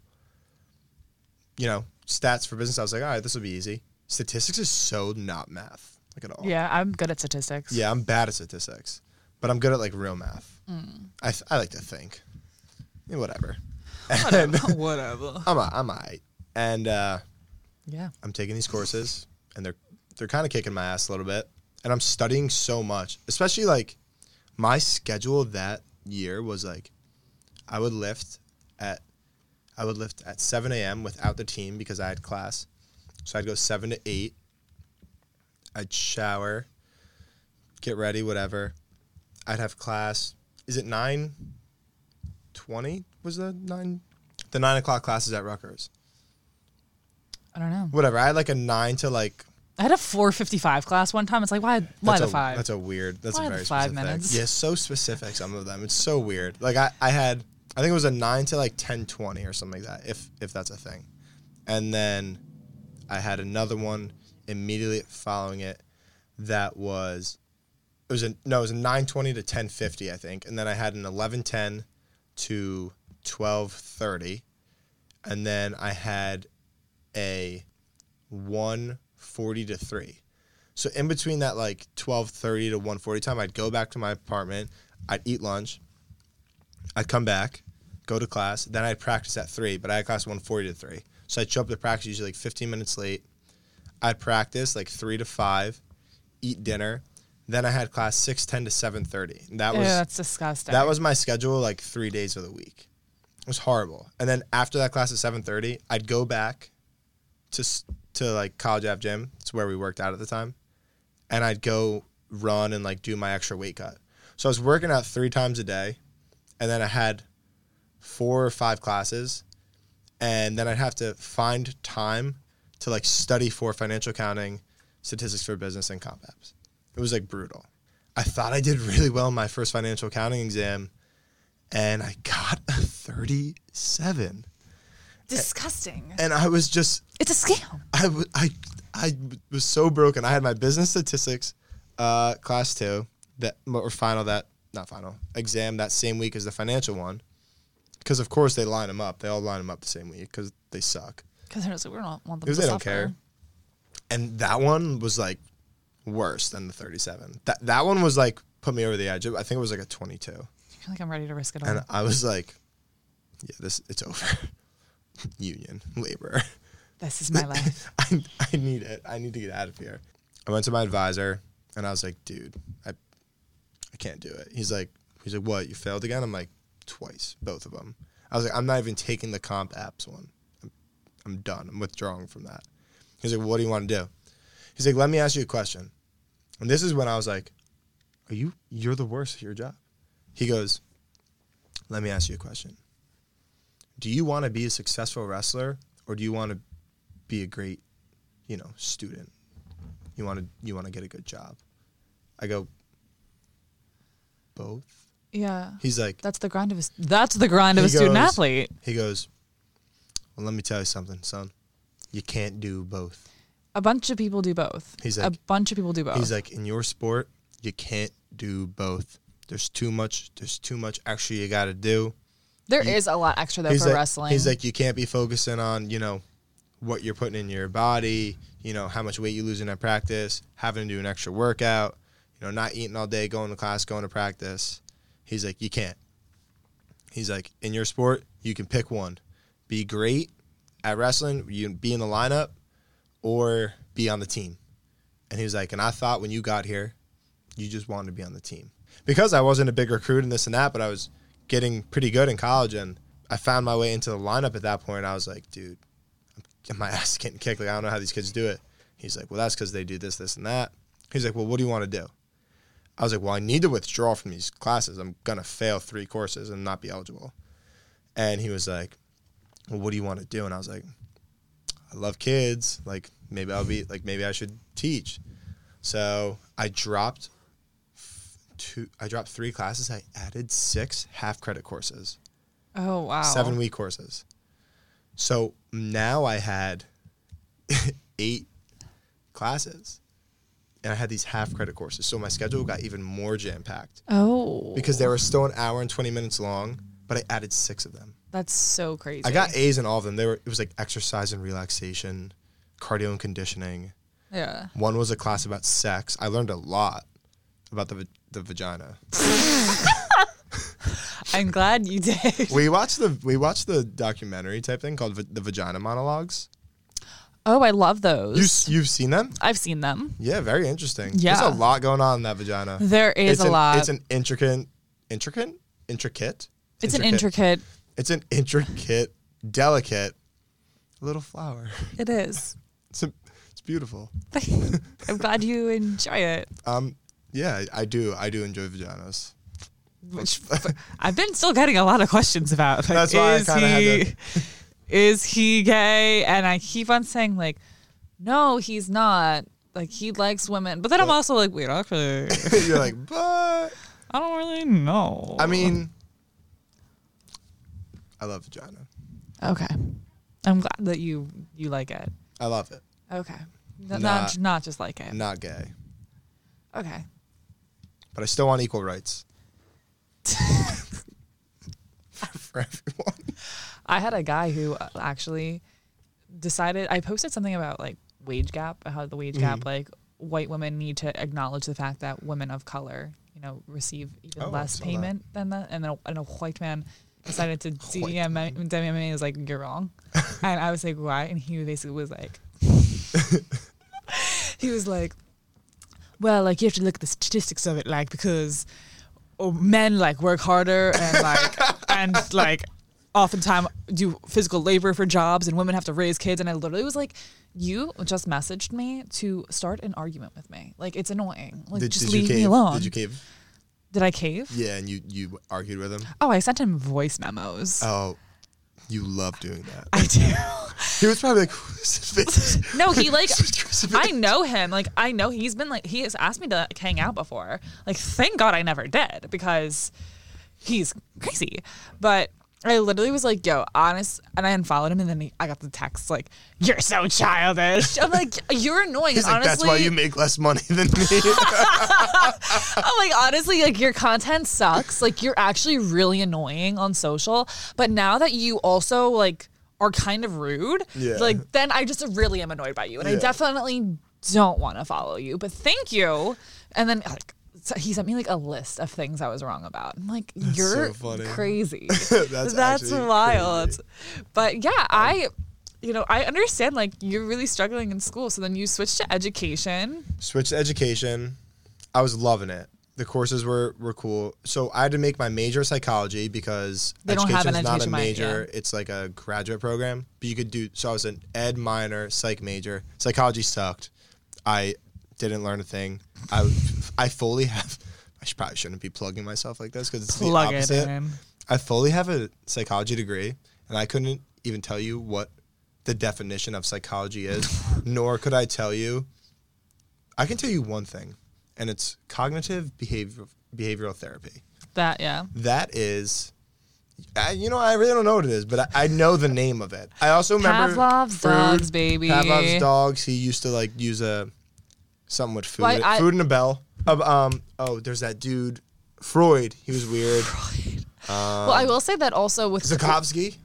you know, stats for business, I was like, all right, this will be easy. Statistics is so not math, like at all.
yeah, I'm good at statistics.
Yeah, I'm bad at statistics, but I'm good at like real math.
Mm.
I, th- I like to think. Yeah, whatever. *laughs* And
*laughs* Whatever.
I'm a, I'm alright. And uh,
Yeah.
I'm taking these courses, and they're they're kind of kicking my ass a little bit. And I'm studying so much, especially like my schedule that year was like, I would lift at, I would lift at 7 a.m. without the team because I had class, so I'd go seven to eight, I'd shower, get ready, whatever. I'd have class. Is it nine twenty? Was the nine? The nine o'clock classes at Rutgers.
I don't know.
Whatever. I had like a nine to like
I had a 455 class one time. It's like, why, why
That's
the
a,
five?
That's a weird. That's
Why
a
the
very
five
specific.
minutes?
Yeah, so specific. Some of them. It's so weird. Like I, I had, I think it was a nine to like ten twenty or something like that. If if that's a thing, and then I had another one immediately following it. That was, it was a no, it was a nine twenty to ten fifty, I think, and then I had an eleven ten to twelve thirty, and then I had a one forty to three. So in between that like twelve thirty to one forty time, I'd go back to my apartment. I'd eat lunch. I'd come back, go to class. Then I'd practice at three, but I had class one forty to three. So I'd show up to practice usually like fifteen minutes late. I'd practice like three to five, eat dinner. Then I had class six ten to seven thirty. That
Ew,
was
that's disgusting.
that was my schedule like three days of the week. It was horrible. And then after that class at seven thirty, I'd go back to s- to like college Ave gym. It's where we worked out at the time, and I'd go run and like do my extra weight cut. So I was working out three times a day, and then I had four or five classes, and then I'd have to find time to like study for financial accounting, statistics for business, and comp apps. It was like brutal. I thought I did really well in my first financial accounting exam, and I got a 37.
disgusting.
And I was just,
It's a scam.
I, w- I, I w- was so broken. I had my business statistics uh, class two that or final that not final exam that same week as the financial one, because of course they line them up. They all line them up the same week because they suck.
Because we don't want them
Because
to
they don't
suffer.
care. And that one was like worse than the 37. That that one was like put me over the edge. I think it was like a 22.
I feel like I'm ready to risk it all.
And I was like, yeah, this it's over. *laughs* Union labor.
This is my life.
*laughs* I, I need it. I need to get out of here. I went to my advisor and I was like, dude, I I can't do it. He's like, he's like, what? You failed again? I'm like, twice, both of them. I was like, I'm not even taking the comp apps one. I'm, I'm done. I'm withdrawing from that. He's like, what do you want to do? He's like, let me ask you a question. And this is when I was like, are you you're the worst at your job? He goes, let me ask you a question. Do you want to be a successful wrestler or do you want to be a great, you know, student? You want to you want to get a good job. I go both.
Yeah.
He's like
That's the grind of a, s- that's the grind of
He
a student
goes-
athlete.
he goes, "Well, let me tell you something, son. You can't do both."
A bunch of people do both.
He's
a
like-
bunch of people do both.
He's like, "In your sport, you can't do both. There's too much there's too much extra you got to do."
there is
he-
a lot extra though
he's
for
like,
wrestling.
He's like, you can't be focusing on, you know, what you're putting in your body, you know, how much weight you losing at practice, having to do an extra workout, you know, not eating all day, going to class, going to practice. He's like, you can't. He's like, in your sport, you can pick one. Be great at wrestling, you can be in the lineup, or be on the team. And he was like, and I thought when you got here, you just wanted to be on the team. Because I wasn't a big recruit and this and that, but I was getting pretty good in college and I found my way into the lineup at that point. I was like, dude, *laughs* I'm- my ass is getting kicked. Like, I don't know how these kids do it. He's like, well, that's because they do this, this, and that. He's like, well, what do you want to do? I was like, well, I need to withdraw from these classes. I'm going to fail three courses and not be eligible. And he was like, well, what do you want to do? And I was like, I love kids. Like, maybe I'll be, like, maybe I should teach. So I dropped two I dropped three classes. I added six half credit courses,
oh wow.
seven week courses. So now I had *laughs* eight classes. And I had these half credit courses. So my schedule got even more jam packed
Oh.
because they were still an hour and 20 minutes long, but I added six of them.
that's so crazy.
I got A's in all of them. They were it was like exercise and relaxation, cardio and conditioning.
Yeah.
One was a class about sex. I learned a lot about the va- the vagina.
I'm glad you
*laughs*
did.
we watched the we watched the documentary type thing called v- the Vagina Monologues.
Oh, I love those.
You s- you've seen them?
I've seen them.
Yeah, very interesting.
Yeah.
there's a lot going on in that vagina.
There is
it's
a
an,
lot.
It's an intricate, intricate, intricate.
It's an intricate.
It's an intricate, delicate little flower. *laughs*
It is. *laughs*
It's a, it's beautiful.
I'm glad you enjoy it.
Um, yeah, I do. I do enjoy vaginas. *laughs*
Which *laughs* I've been still getting a lot of questions about. Like,
That's why I
is
kinda had
he *laughs* is he gay? And I keep on saying like, no, he's not. Like he likes women, but then I'm
But-
also like, wait, actually,
You're like, but
I don't really know.
I mean, I love vagina.
okay, I'm glad that you you like it.
I love it.
Okay, not
Not-
not, not just like it.
I'm not gay,
Okay,
but I still want
*laughs*
equal rights for *laughs* everyone.
I had a guy who uh, actually decided I posted something about like wage gap, how the wage
Mm-hmm.
gap, like white women need to acknowledge the fact that women of color, you know, receive even
Oh, I
less
saw that.
payment than that. And then a, and a white man decided to
*laughs* White
DM me DM me and was like, "You're
*laughs*
wrong," and I was like, "Why?" And he basically was like, *laughs* he was like, "Well, like you have to look at the statistics of it, like because." oh, men like work harder and like and like oftentimes do physical labor for jobs and women have to raise kids and i literally was like you just messaged me to start an argument with me like it's annoying like just leave
cave?
me alone
Did you cave?
Did i cave
Yeah, and you you argued with him.
oh i sent him voice memos
Oh, you love doing that.
*laughs* i do
He was probably like, "Who's
*laughs*
this bitch?"
no he like
Who's this
I
bitch?
know him. Like I know he's been like he has asked me to like, hang out before. Like thank God I never did because he's crazy. But I literally was like, "Yo, honest," and I unfollowed him, and then he, I got the text like, "You're so childish." I'm like, "You're annoying."
He's like,
honestly,
that's why you make less money
*laughs*
than me. *laughs*
I'm like, honestly, like your content sucks. Like you're actually really annoying on social. But now that you also like are kind of rude,
Yeah.
like then I just really am annoyed by you, and I
Yeah.
definitely don't want to follow you. But thank you. And then like so he sent me like a list of things I was wrong about. I'm like, you're
so funny.
crazy.
*laughs* That's actually
wild.
crazy. Um,
But yeah, I. You know, I understand like you're really struggling in school, so then you switch to education.
switched to education. I was loving it. The courses were were cool. So I had to make my major psychology because
They don't have an
is not a
education minor,
major. It's like a graduate program. But you could do so I was an ed minor, psych major. Psychology sucked. I didn't learn a thing. I I fully have *laughs* I should, probably shouldn't be plugging myself like this because it's
Plug
the
it
opposite.
in.
I fully have a psychology degree and I couldn't even tell you what the definition of
*laughs*
psychology is, nor could I tell you I can tell you one thing, and it's cognitive behavior behavioral therapy.
That yeah.
That is, I, you know, I really don't know what it is, but I, I know the name of it. I also remember
Pavlov's
food,
dogs, baby.
Pavlov's dogs. He used to like use a something with food,
Why, I-
food and a bell. Um, um, oh, there's that dude, Freud. He was weird. Um,
Well, I will say that also with
Zakovsky,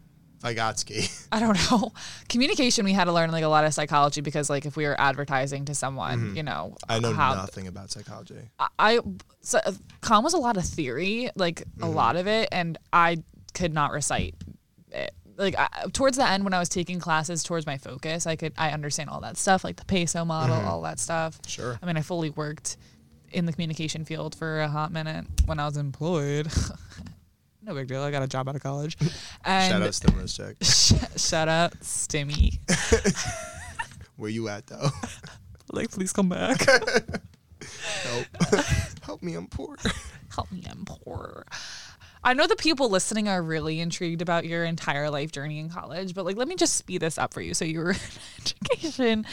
Vygotsky.
*laughs* I don't know communication, we had to learn like a lot of psychology because like if we were advertising to someone, you know,
Mm-hmm. I know
how,
nothing about psychology.
I, I so, uh, com was a lot of theory, like a
Mm-hmm.
lot of it, and I could not recite it. Like I, towards the end, when I was taking classes towards my focus, I could I understand all that stuff, like the peso model,
Mm-hmm.
all that stuff.
Sure.
I mean, I fully worked in the communication field for a hot minute when *laughs* I was employed. *laughs* no big deal. I got a job out of college. And
Shout out stimulus check.
Sh- *laughs* shout out Stimmy.
Where you
*laughs*
at though?
Like, please come back.
Help. Help me, I'm poor.
Help me, I'm poor. I know the people listening are really intrigued about your entire life journey in college, but like, let me just speed this up for you. So you were *laughs* an education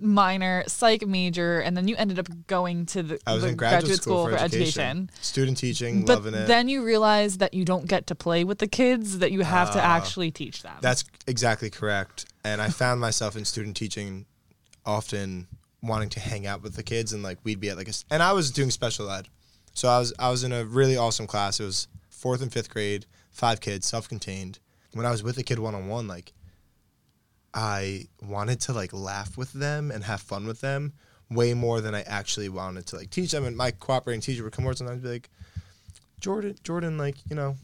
minor, psych major, and then you ended up going to the,
I was
the
in graduate, school, for, education. Student teaching,
But
loving it.
then you realize that you don't get to play with the kids; that you have
Ah.
to actually teach them.
That's exactly correct. And I found myself in student teaching often wanting to hang out with the kids and like we'd be at like a s- and I was doing special ed. So I was I was in a really awesome class. It was 4th and 5th grade, five kids, self-contained. When I was with a kid one on one like I wanted to like laugh with them and have fun with them way more than I actually wanted to like teach them. And my cooperating teacher would come over sometimes and be like, Jordan, Jordan, like, you know,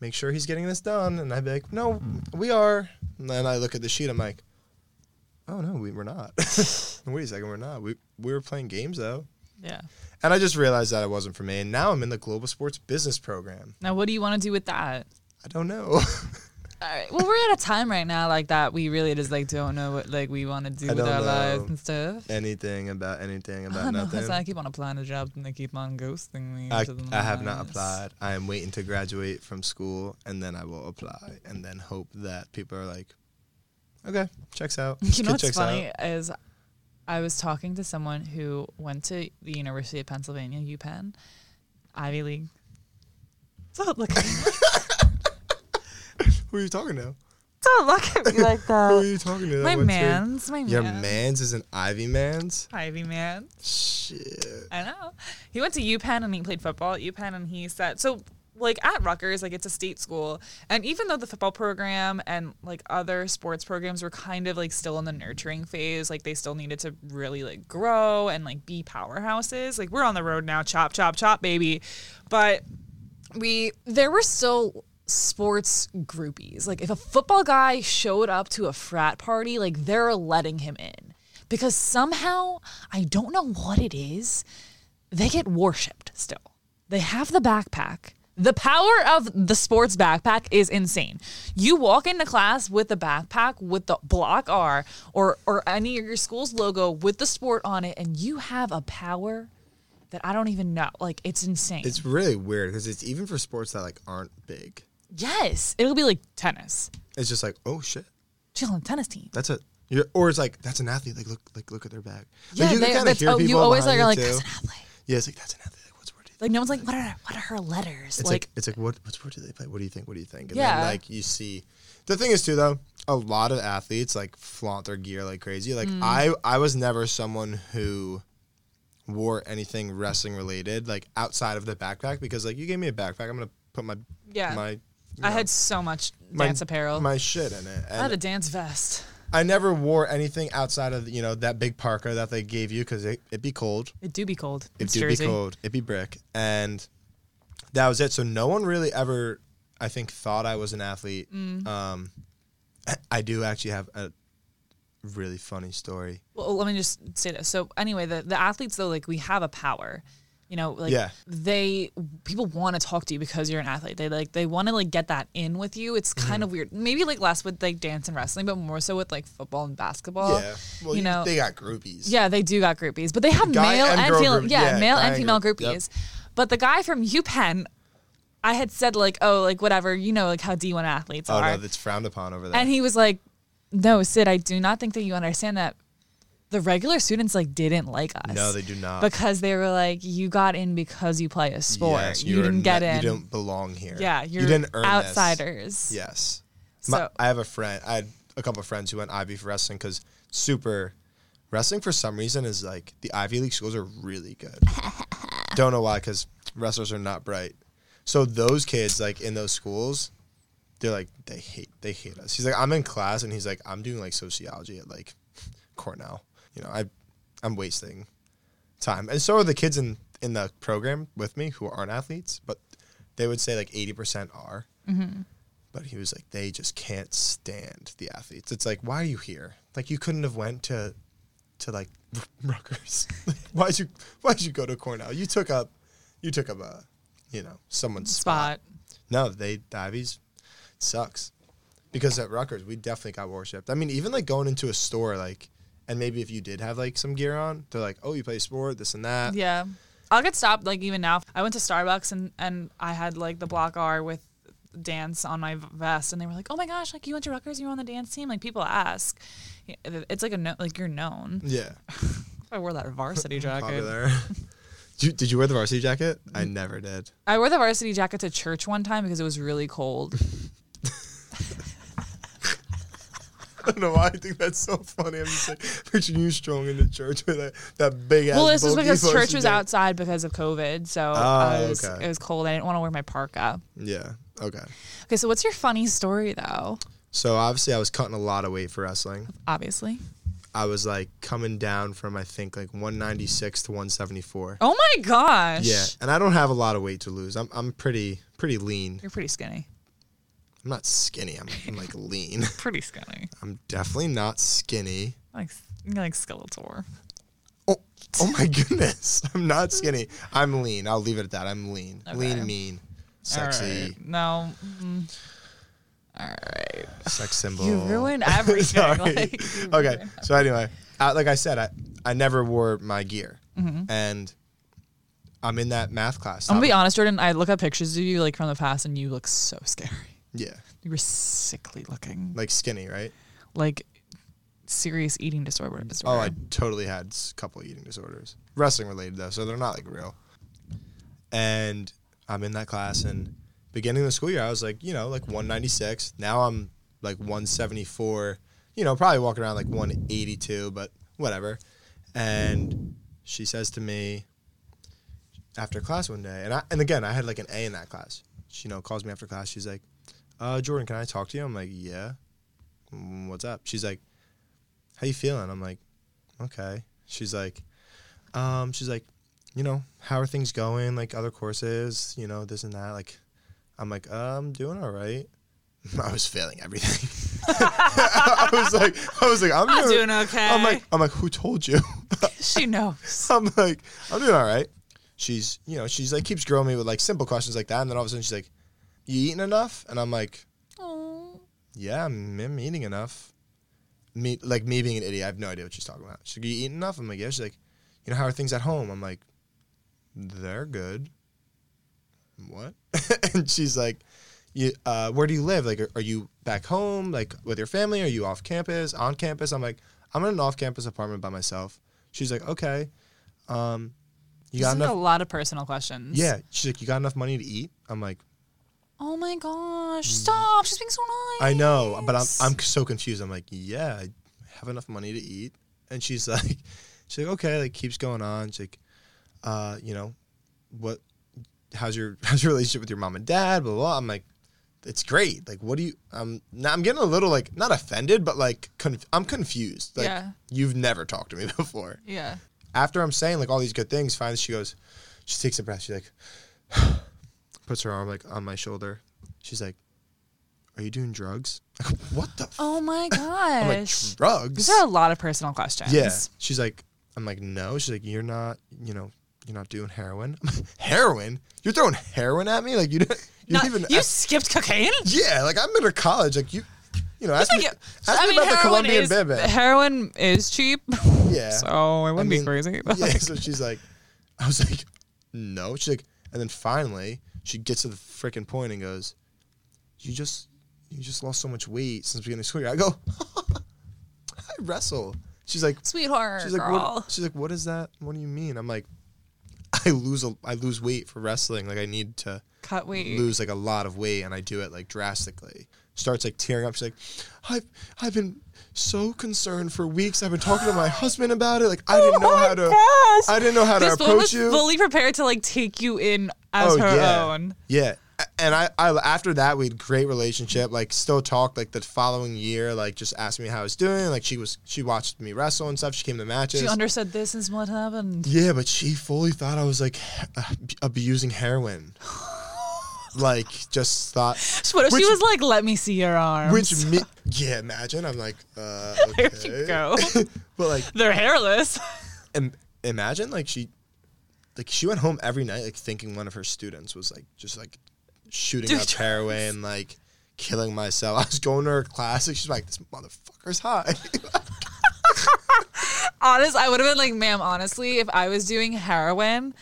make sure he's getting this done. And I'd be like, no, we are. And then I look at the sheet, I'm like, oh no, we, we're not. *laughs* Wait a second, we're not. We, we were playing games though.
yeah.
And I just realized that it wasn't for me. And now I'm in the Global Sports Business Program.
Now, what do you want to do with that?
I don't know. *laughs*
All right. Well, we're at a time right now like that. We really just like don't know what like we want to do
I
with
don't
our
know.
lives and stuff.
Anything about
I
anything about
don't know.
nothing.
So I keep on applying to jobs and they keep on ghosting me.
I,
which is
I have not
nice.
applied. I am waiting to graduate from school and then I will apply and then hope that people are like, okay, checks out.
*laughs*
This
You
kid
know what's
checks
funny
out.
is I was talking to someone who went to the University of Pennsylvania, UPenn, Ivy League. Don't look at me.
Who are you talking to?
Don't look
*laughs*
at me like
Who are
that.
you talking to? that
Uh, my
went to-
man's my
Your
man's.
man's is an Ivy man's?
Ivy man.
Shit.
I know. He went to UPenn and he played football at UPenn and he said so like at Rutgers, like it's a state school. And even though the football program and like other sports programs were kind of like still in the nurturing phase, like they still needed to really like grow and like be powerhouses. Like we're on the road now, chop, chop, chop, baby. But we there were still sports groupies. Like if a football guy showed up to a frat party, like they're letting him in because somehow I don't know what it is. They get worshipped still. They have the backpack. The power of the sports backpack is insane. You walk into class with a backpack with the block R or or any of your school's logo with the sport on it and you have a power that I don't even know. Like it's insane.
It's really weird because it's even for sports that like aren't big.
Yes, it'll be like tennis.
It's just like, oh shit,
She's on the tennis team.
that's a. You're, or it's like that's an athlete. Like look, like look at their bag.
Yeah,
like, you
they-
can kind of
that's-
hear
oh, you
people
always
behind
are like,
you,
"That's
too.
an athlete."
Yeah, it's like that's an athlete. Like, what's word? do you think?
Like no one's like, what are what are her letters?
It's like,
like,
it's like what what's word do they play? What do you think? What do you think? And
Yeah.
then like you see, the thing is too though, a lot of athletes like flaunt their gear like crazy.
Mm.
Like I I was never someone who wore anything wrestling related like outside of the backpack because like you gave me a backpack, I'm gonna put my
Yeah.
my you
I
know,
had so much
my-
dance apparel.
my shit in it.
I
And
had a dance vest.
I never wore anything outside of you know that big parka that they gave you because it, it'd be cold.
It do be cold.
It
It's
do
Jersey.
be cold. It'd be brick, and that was it. So no one really ever, I think, thought I was an athlete.
Mm.
Um, I do actually have a really funny story.
Well, let me just say this. So anyway, the, the athletes though, like we have a power. You know, like
Yeah.
they people want to talk to you because you're an athlete. They like they want to like get that in with you. It's kind
Mm-hmm.
of weird. Maybe like less with like dance and wrestling, but more so with like football and basketball.
yeah, well,
you know,
they got groupies.
Yeah, they do got groupies, but they have
Guy
male
and
and,
girl
female.
group-
Yeah,
yeah,
male
guy
and
and
female
girl- yep.
groupies. But the guy from UPenn, I had said like, oh, like whatever, you know, like how D1 athletes
Oh
are,
no, that's frowned upon over there.
and he was like, no, Sid, I do not think that you understand that the regular students like didn't like us.
no, they do not.
because they were like, you got in because you play a sport.
Yes,
you,
are
didn't get
not-
in.
You don't belong here.
yeah, you're
you didn't earn this.
outsiders.
Yes. My-
So-
I have a friend. I had a couple of friends who went Ivy for wrestling because super wrestling for some reason is like the Ivy League schools are really good. Don't know why because wrestlers are not bright. So those kids like in those schools, they're like they hate they hate us. He's like I'm in class and he's like I'm doing like sociology at like Cornell. You know I I'm wasting time. And so are the kids in in the program with me who aren't athletes, but they would say like 80% are. But he was like, they just can't stand the athletes. It's like, why are you here? Like you couldn't have went to, to like *laughs* Rutgers. *laughs* why'd you Why'd you go to Cornell? You took up, you took up a, you know, someone's
Spot.
spot. No, they the Ivies sucks because at Rutgers we definitely got worshipped. I mean, even like going into a store like, and maybe if you did have like some gear on, they're like, oh, you play sport, this and that.
Yeah. I'll get stopped like even now. I went to Starbucks and and I had like the block R with dance on my v- vest and they were like, "Oh my gosh, like you went to Rutgers, you were on the dance team." Like people ask. Yeah, It's like a no, like you're known.
Yeah,
I wore that
*laughs*
varsity jacket.
popular. did, you, did you wear the varsity jacket? I never did.
I wore the varsity jacket to church one time because it was really cold.
*laughs* I don't know why I think that's so funny. I'm just like *laughs* picturing you strolling into church with that, that big ass.
well, this was
bulky
because church
varsity
was
jacket.
outside because of COVID, so
Oh,
I was,
okay.
it was cold. I didn't want to wear my parka.
Yeah. Okay.
Okay, so what's your funny story though?
So obviously, I was cutting a lot of weight for wrestling.
Obviously.
I was like coming down from I think like 196 to 174.
Oh my gosh.
Yeah, and I don't have a lot of weight to lose. I'm I'm pretty pretty lean.
You're pretty skinny.
I'm not skinny. I'm, I'm like lean. *laughs*
Pretty skinny.
I'm definitely not skinny.
like like Skeletor.
Oh, oh my *laughs* goodness. I'm not skinny. I'm lean. I'll leave it at that. I'm lean.
Okay.
Lean mean. Sexy.
All right. No. mm. All right.
Sex
*laughs*
symbol.
You ruined
*laughs*
everything.
Sorry. *laughs*
like, you
okay.
ruined-
So anyway, uh, like I said, I, I never wore my gear, and I'm in that math class.
Mm-hmm. I'm gonna be honest, Jordan. I look at pictures of you like from the past, and you look so scary.
yeah,
You were sickly looking,
like skinny, right?
like serious eating disorder.
Oh, I
disorder.
totally had a couple eating disorders, wrestling related though, so they're not like real. And I'm in that class, and beginning of the school year, I was like, you know, like 196. Now I'm like 174. You know, probably walking around like 182, but whatever. And she says to me after class one day, and I and again I had like an A in that class. She you know calls me after class. She's like, uh, Jordan, can I talk to you? I'm like, yeah. "Mm, What's up? She's like, how you feeling? I'm like, okay. She's like, um, she's like, you know, how are things going? Like other courses, you know, this and that. Like, I'm like, uh, I'm doing all right. *laughs* I was failing everything. *laughs* I was like, I was like, I'm,
I'm
doing,
doing okay.
I'm like, I'm like, who told you?
*laughs*
*laughs*
she knows.
I'm like, I'm doing all right. She's, you know, she's like keeps grilling me with like simple questions like that, and then all of a sudden she's like, you eating enough? And I'm like,
Oh.
yeah, I'm, I'm eating enough. Me, like me being an idiot, I have no idea what she's talking about. She's like, you eating enough? I'm like, yeah. She's like, you know, how are things at home? I'm like, they're good. What? *laughs* and she's like, you, uh, where do you live? Like, are, are you back home? Like with your family? Are you off campus? On campus? I'm like, I'm in an off campus apartment by myself. She's like, okay. Um, you
This
got
is a
enough?
lot of personal questions.
Yeah. She's like, you got enough money to eat? I'm like,
Oh my gosh! Stop! She's being so nice.
Mm. I know, but I'm I'm so confused. I'm like, yeah, I have enough money to eat, and she's *laughs* like, she's like, okay, like keeps going on. She's like, uh, you know, what? How's your *laughs* how's your relationship with your mom and dad? Blah blah. blah. I'm like, it's great. Like, what do you? I'm now I'm getting a little like not offended, but like conf- I'm confused. Like,
Yeah.
you've never talked to me *laughs* before
Yeah.
after I'm saying like all these good things, finally she goes, she takes a breath. She like *sighs* puts her arm like on my shoulder. She's like, "Are you doing drugs?" *laughs* what the? F-?
Oh my
*laughs* I'm like
gosh.
drugs.
These are a lot of personal questions.
Yeah. She's like, I'm like, no. She's like, you're not. You know, you're not doing heroin. *laughs* heroin? You're throwing heroin at me? Like you didn't? You
Not,
didn't even?
you
ask-
skipped cocaine?
yeah. Like I'm in a college. Like you. You know, ask me,
Like,
ask me about the Colombian
is,
bebe.
Heroin is cheap.
Yeah.
So it wouldn't
mean,
be *laughs* crazy.
yeah, so she's like, I was like, no. She's like, and then finally she gets to the freaking point and goes, you just, you just lost so much weight since beginning of school year. I go, *laughs* I wrestle. She's like,
Sweetheart,
she's like, what, she's like, what is that? What do you mean? I'm like, I lose a, I lose weight for wrestling. Like I need to
Cut weight.
lose like a lot of weight, and I do it like drastically. Starts like tearing up. She's like, I've I've been so concerned for weeks. I've been talking to
*gasps*
my husband about it. Like I didn't know how to. I didn't know how to
Oh this woman was
approach you. Oh,
fully prepared to like take you in as her
yeah.
own.
Yeah. A- And I, I after that we had great relationship. Like still talked like the following year, like just asked me how I was doing. Like she was she watched me wrestle and stuff. She came to matches.
She understood this is what happened.
yeah, but she fully thought I was like *sighs* ab-
*laughs*
abusing heroin. like just thought
She- What if she
Which-
was like, let me see your arms? *laughs*
which me yeah, imagine I'm like uh
There
okay.
you
*laughs*
go.
But like
They're hairless.
Im- imagine like she like she went home every night like thinking one of her students was like just like shooting
Doing
up heroin like killing myself *laughs* i was going to her class and she's like this motherfucker's high
*laughs*
*laughs*
Honest, I would have been like, ma'am, honestly, if I was doing heroin,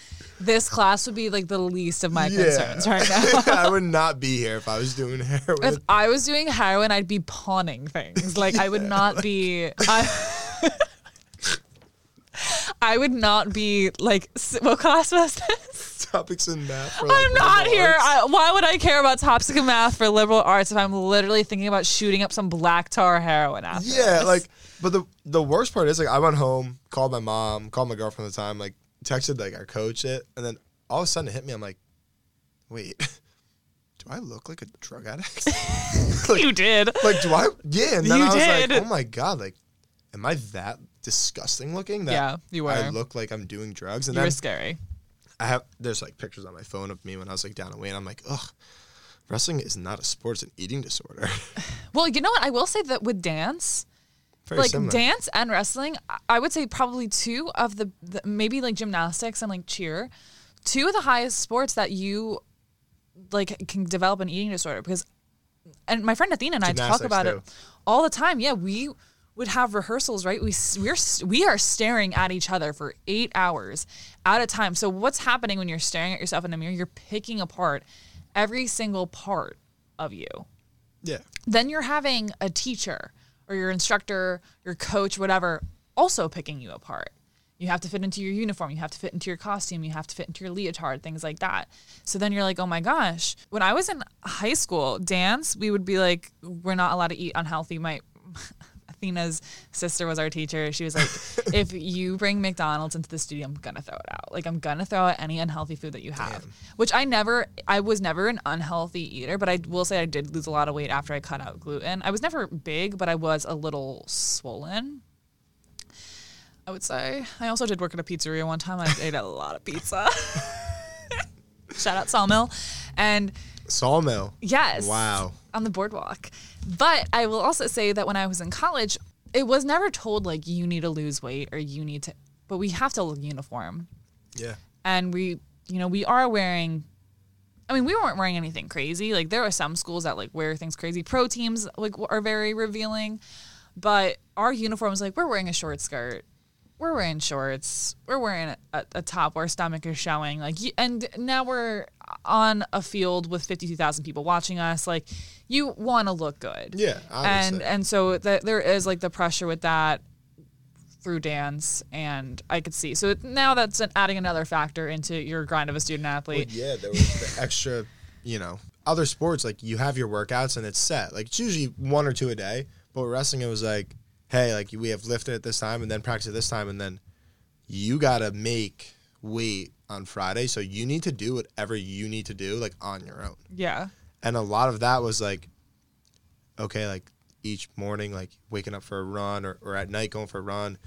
this class would be like the least of my concerns right now.
i would not be here if i was doing heroin
if I was doing heroin, I'd be pawning things. Like I would not be. I, I would not be like. s- What class was this?
topics in math for, like,
I'm not
liberal
here.
arts.
I, why would I care about tops and math for liberal arts if I'm literally thinking about shooting up some black tar heroin after?
yeah like but the the worst part is like i went home called my mom called my girlfriend at the time like texted like our coach it and then all of a sudden it hit me i'm like wait *laughs* do i look like a drug addict *laughs*
you did.
like do I? Yeah, and then
You
I was
did.
like, oh my god, like, am I that disgusting looking? That
Yeah, you
I
were.
look like I'm doing drugs, and
You were
then
scary.
I have there's like pictures on my phone of me when I was like down away, and I'm like, ugh, wrestling is not a sport; it's an eating disorder. *laughs*
Well, you know what? I will say that with dance,
Very
like
similar.
dance and wrestling I- i would say probably two of the, the maybe like gymnastics and like cheer two of the highest sports that you like can develop an eating disorder because and my friend Athena and I talk
Gymnastics,
about
too.
it all the time. Yeah, we would have rehearsals, right? We s- we're s- we are staring at each other for 8 hours at a time. So what's happening when you're staring at yourself in a mirror? You're picking apart every single part of you
Yeah.
then you're having a teacher or your instructor, your coach, whatever, also picking you apart. You have to fit into your uniform, you have to fit into your costume, you have to fit into your leotard, things like that. So then you're like, oh my gosh. When I was in high school, dance, we would be like, we're not allowed to eat unhealthy. My *laughs* Athena's sister was our teacher. She was like, if you bring McDonald's into the studio, I'm gonna throw it out. Like I'm gonna throw out any unhealthy food that you have. Which I never I was never an unhealthy eater, but I will say I did lose a lot of weight after I cut out gluten. I was never big, but I was a little swollen. I would say. I also did work at a pizzeria one time. I ate a lot of pizza. Shout out Sawmill. And
Sawmill.
Yes.
Wow.
On the boardwalk. But I will also say that when I was in college, it was never told like you need to lose weight or you need to, but we have to look uniform.
Yeah.
And we, you know, we are wearing, I mean, we weren't wearing anything crazy. Like there are some schools that like wear things crazy. Pro teams like w- are very revealing, but our uniforms, like we're wearing a short skirt. We're wearing shorts. We're wearing a, a top where our stomach is showing. Like, y- and now we're on a field with fifty-two thousand people watching us. Like, you want to look good
Yeah. Obviously.
and and so th- there is like the pressure with that through dance and i could see so it- now that's an, adding another factor into your grind of a student
Well,
athlete
yeah, there was the extra, you know, other sports like you have your workouts and it's set. Like it's usually one or two a day, but with wrestling it was like, hey, like we have lifted at this time and then practice at this time and then you gotta make weight on Friday, so you need to do whatever you need to do like on your own.
yeah
And a lot of that was like, okay, like each morning, like waking up for a run or, or at night going for a run,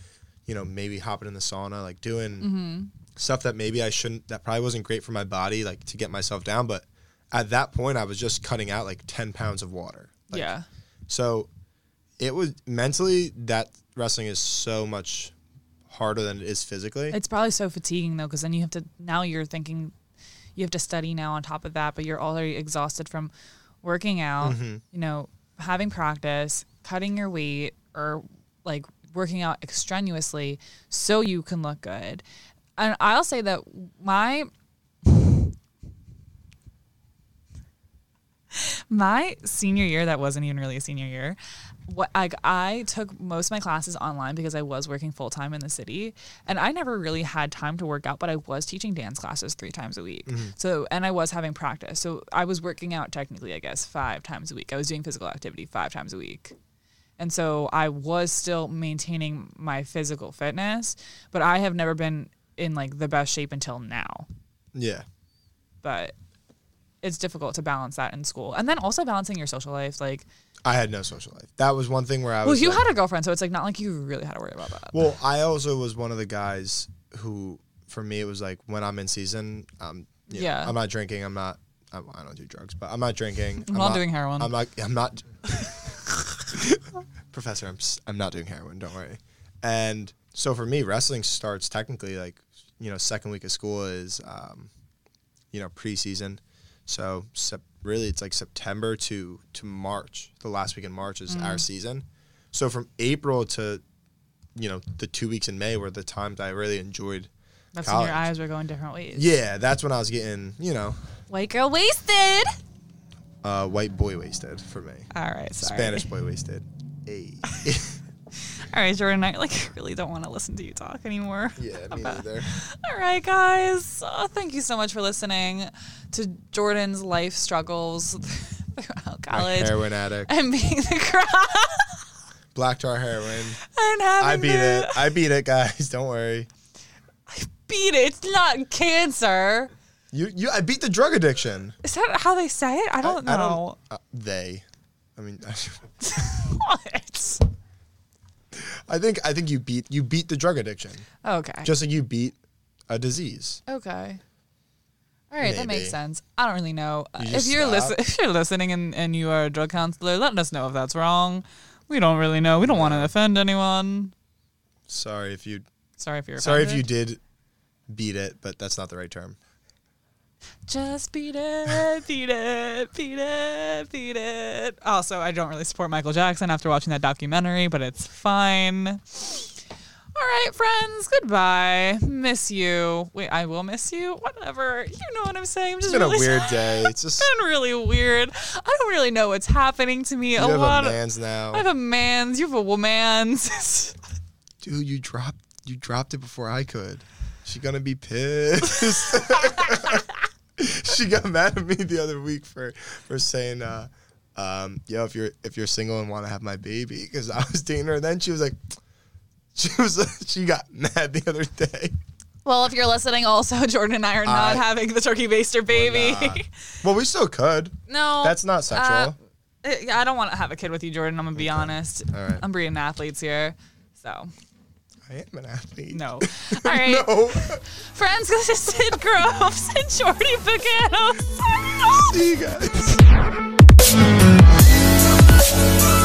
you know, maybe hopping in the sauna, like doing
Mm-hmm.
stuff that maybe I shouldn't, that probably wasn't great for my body, like to get myself down. But at that point, I was just cutting out like 10 pounds of water. Like,
yeah
So it was mentally that wrestling is so much harder than it is physically.
it's probably so fatiguing though because then you have to now you're thinking you have to study now on top of that but you're already exhausted from working out
Mm-hmm.
you know having practice cutting your weight or like working out extraneously so you can look good and i'll say that my my senior year that wasn't even really a senior year what like i took most of my classes online because i was working full-time in the city and i never really had time to work out but i was teaching dance classes three times a week so and i was having practice so i was working out technically i guess five times a week i was doing physical activity five times a week and so I was still maintaining my physical fitness, but I have never been in like the best shape until now.
yeah.
But it's difficult to balance that in school. And then also balancing your social life. Like,
I had no social life. That was one thing where I
well,
was.
you
like-
had a girlfriend, so it's like not like you really had to worry about that.
Well, I also was one of the guys who, for me, it was like when I'm in season, um,
Yeah.
I'm not drinking. I'm not. I, I don't do drugs, but I'm not drinking.
I'm not doing heroin.
I'm not. I'm not. *laughs* Professor, I'm. s- I'm not doing heroin. Don't worry. And so for me, wrestling starts technically like you know second week of school is um, you know preseason, so sep- really it's like September to to March. The last week in March is
Mm.
our season. So from April to you know the two weeks in May were the times I really enjoyed.
That's
college.
when your eyes were going different ways.
Yeah, that's when I was getting you know
White girl wasted.
uh, white boy wasted for me.
All right, sorry.
Spanish boy wasted. Hey.
*laughs*
*laughs*
All right, Jordan, I like really don't want to listen to you talk anymore.
yeah, me
about-
neither.
*laughs* All right, guys. Uh, thank you so much for listening to Jordan's life struggles throughout
Like
college
heroin addict.
and being the crowd
Black tar heroin.
*laughs* and having
I beat
the-
it. I beat it, guys. Don't worry.
Beat it. It's not cancer.
You, you. I beat the drug addiction.
Is that how they say it? I don't
I
know.
uh, they. I mean, *laughs*
what?
I think I think you beat you beat the drug addiction,
Okay.
just like you beat a disease.
okay. All right, that
Maybe.
makes sense. I don't really know. Uh,
You
if
just
you're listen, *laughs*
stop.
if you're listening and, and you are a drug counselor, let us know if that's wrong. We don't really know. We don't want to offend anyone.
Sorry if you.
Sorry if you're
Sorry if
offended.
you did beat it, but that's not the right term.
Just beat it, beat it, beat it, beat it. Also, I don't really support Michael Jackson after watching that documentary, but it's fine. All right, friends, goodbye. Miss you. Wait, I will miss you. Whatever. You know what I'm saying. I'm just
It's been a
really
weird day. It's just
It's been really weird. I don't really know what's happening to me. *laughs*
you
a
have
lot.
a man's
I have
now,
a man's. You have a woman's. *laughs*
dude. You dropped you dropped it before I could. She gonna be pissed. *laughs* she got mad at me the other week for for saying, uh, um, "Yo, if you're if you're single and want to have my baby," because I was dating her. And then she was like, *laughs* she was *laughs* she got mad the other day.
Well, if you're listening, also *laughs* Jordan and I are not
I-
having the turkey baster baby.
not. Well, we still could.
*laughs* no,
That's not
uh,
sexual.
I- I don't want to have a kid with you, Jordan. I'm gonna be honest.
All right.
I'm breeding athletes here, so
I am an athlete.
no. All right,
*laughs* No. *laughs*
friends. *laughs* This is Sid Groves and Jordy
*laughs*
Pagano.
See you guys.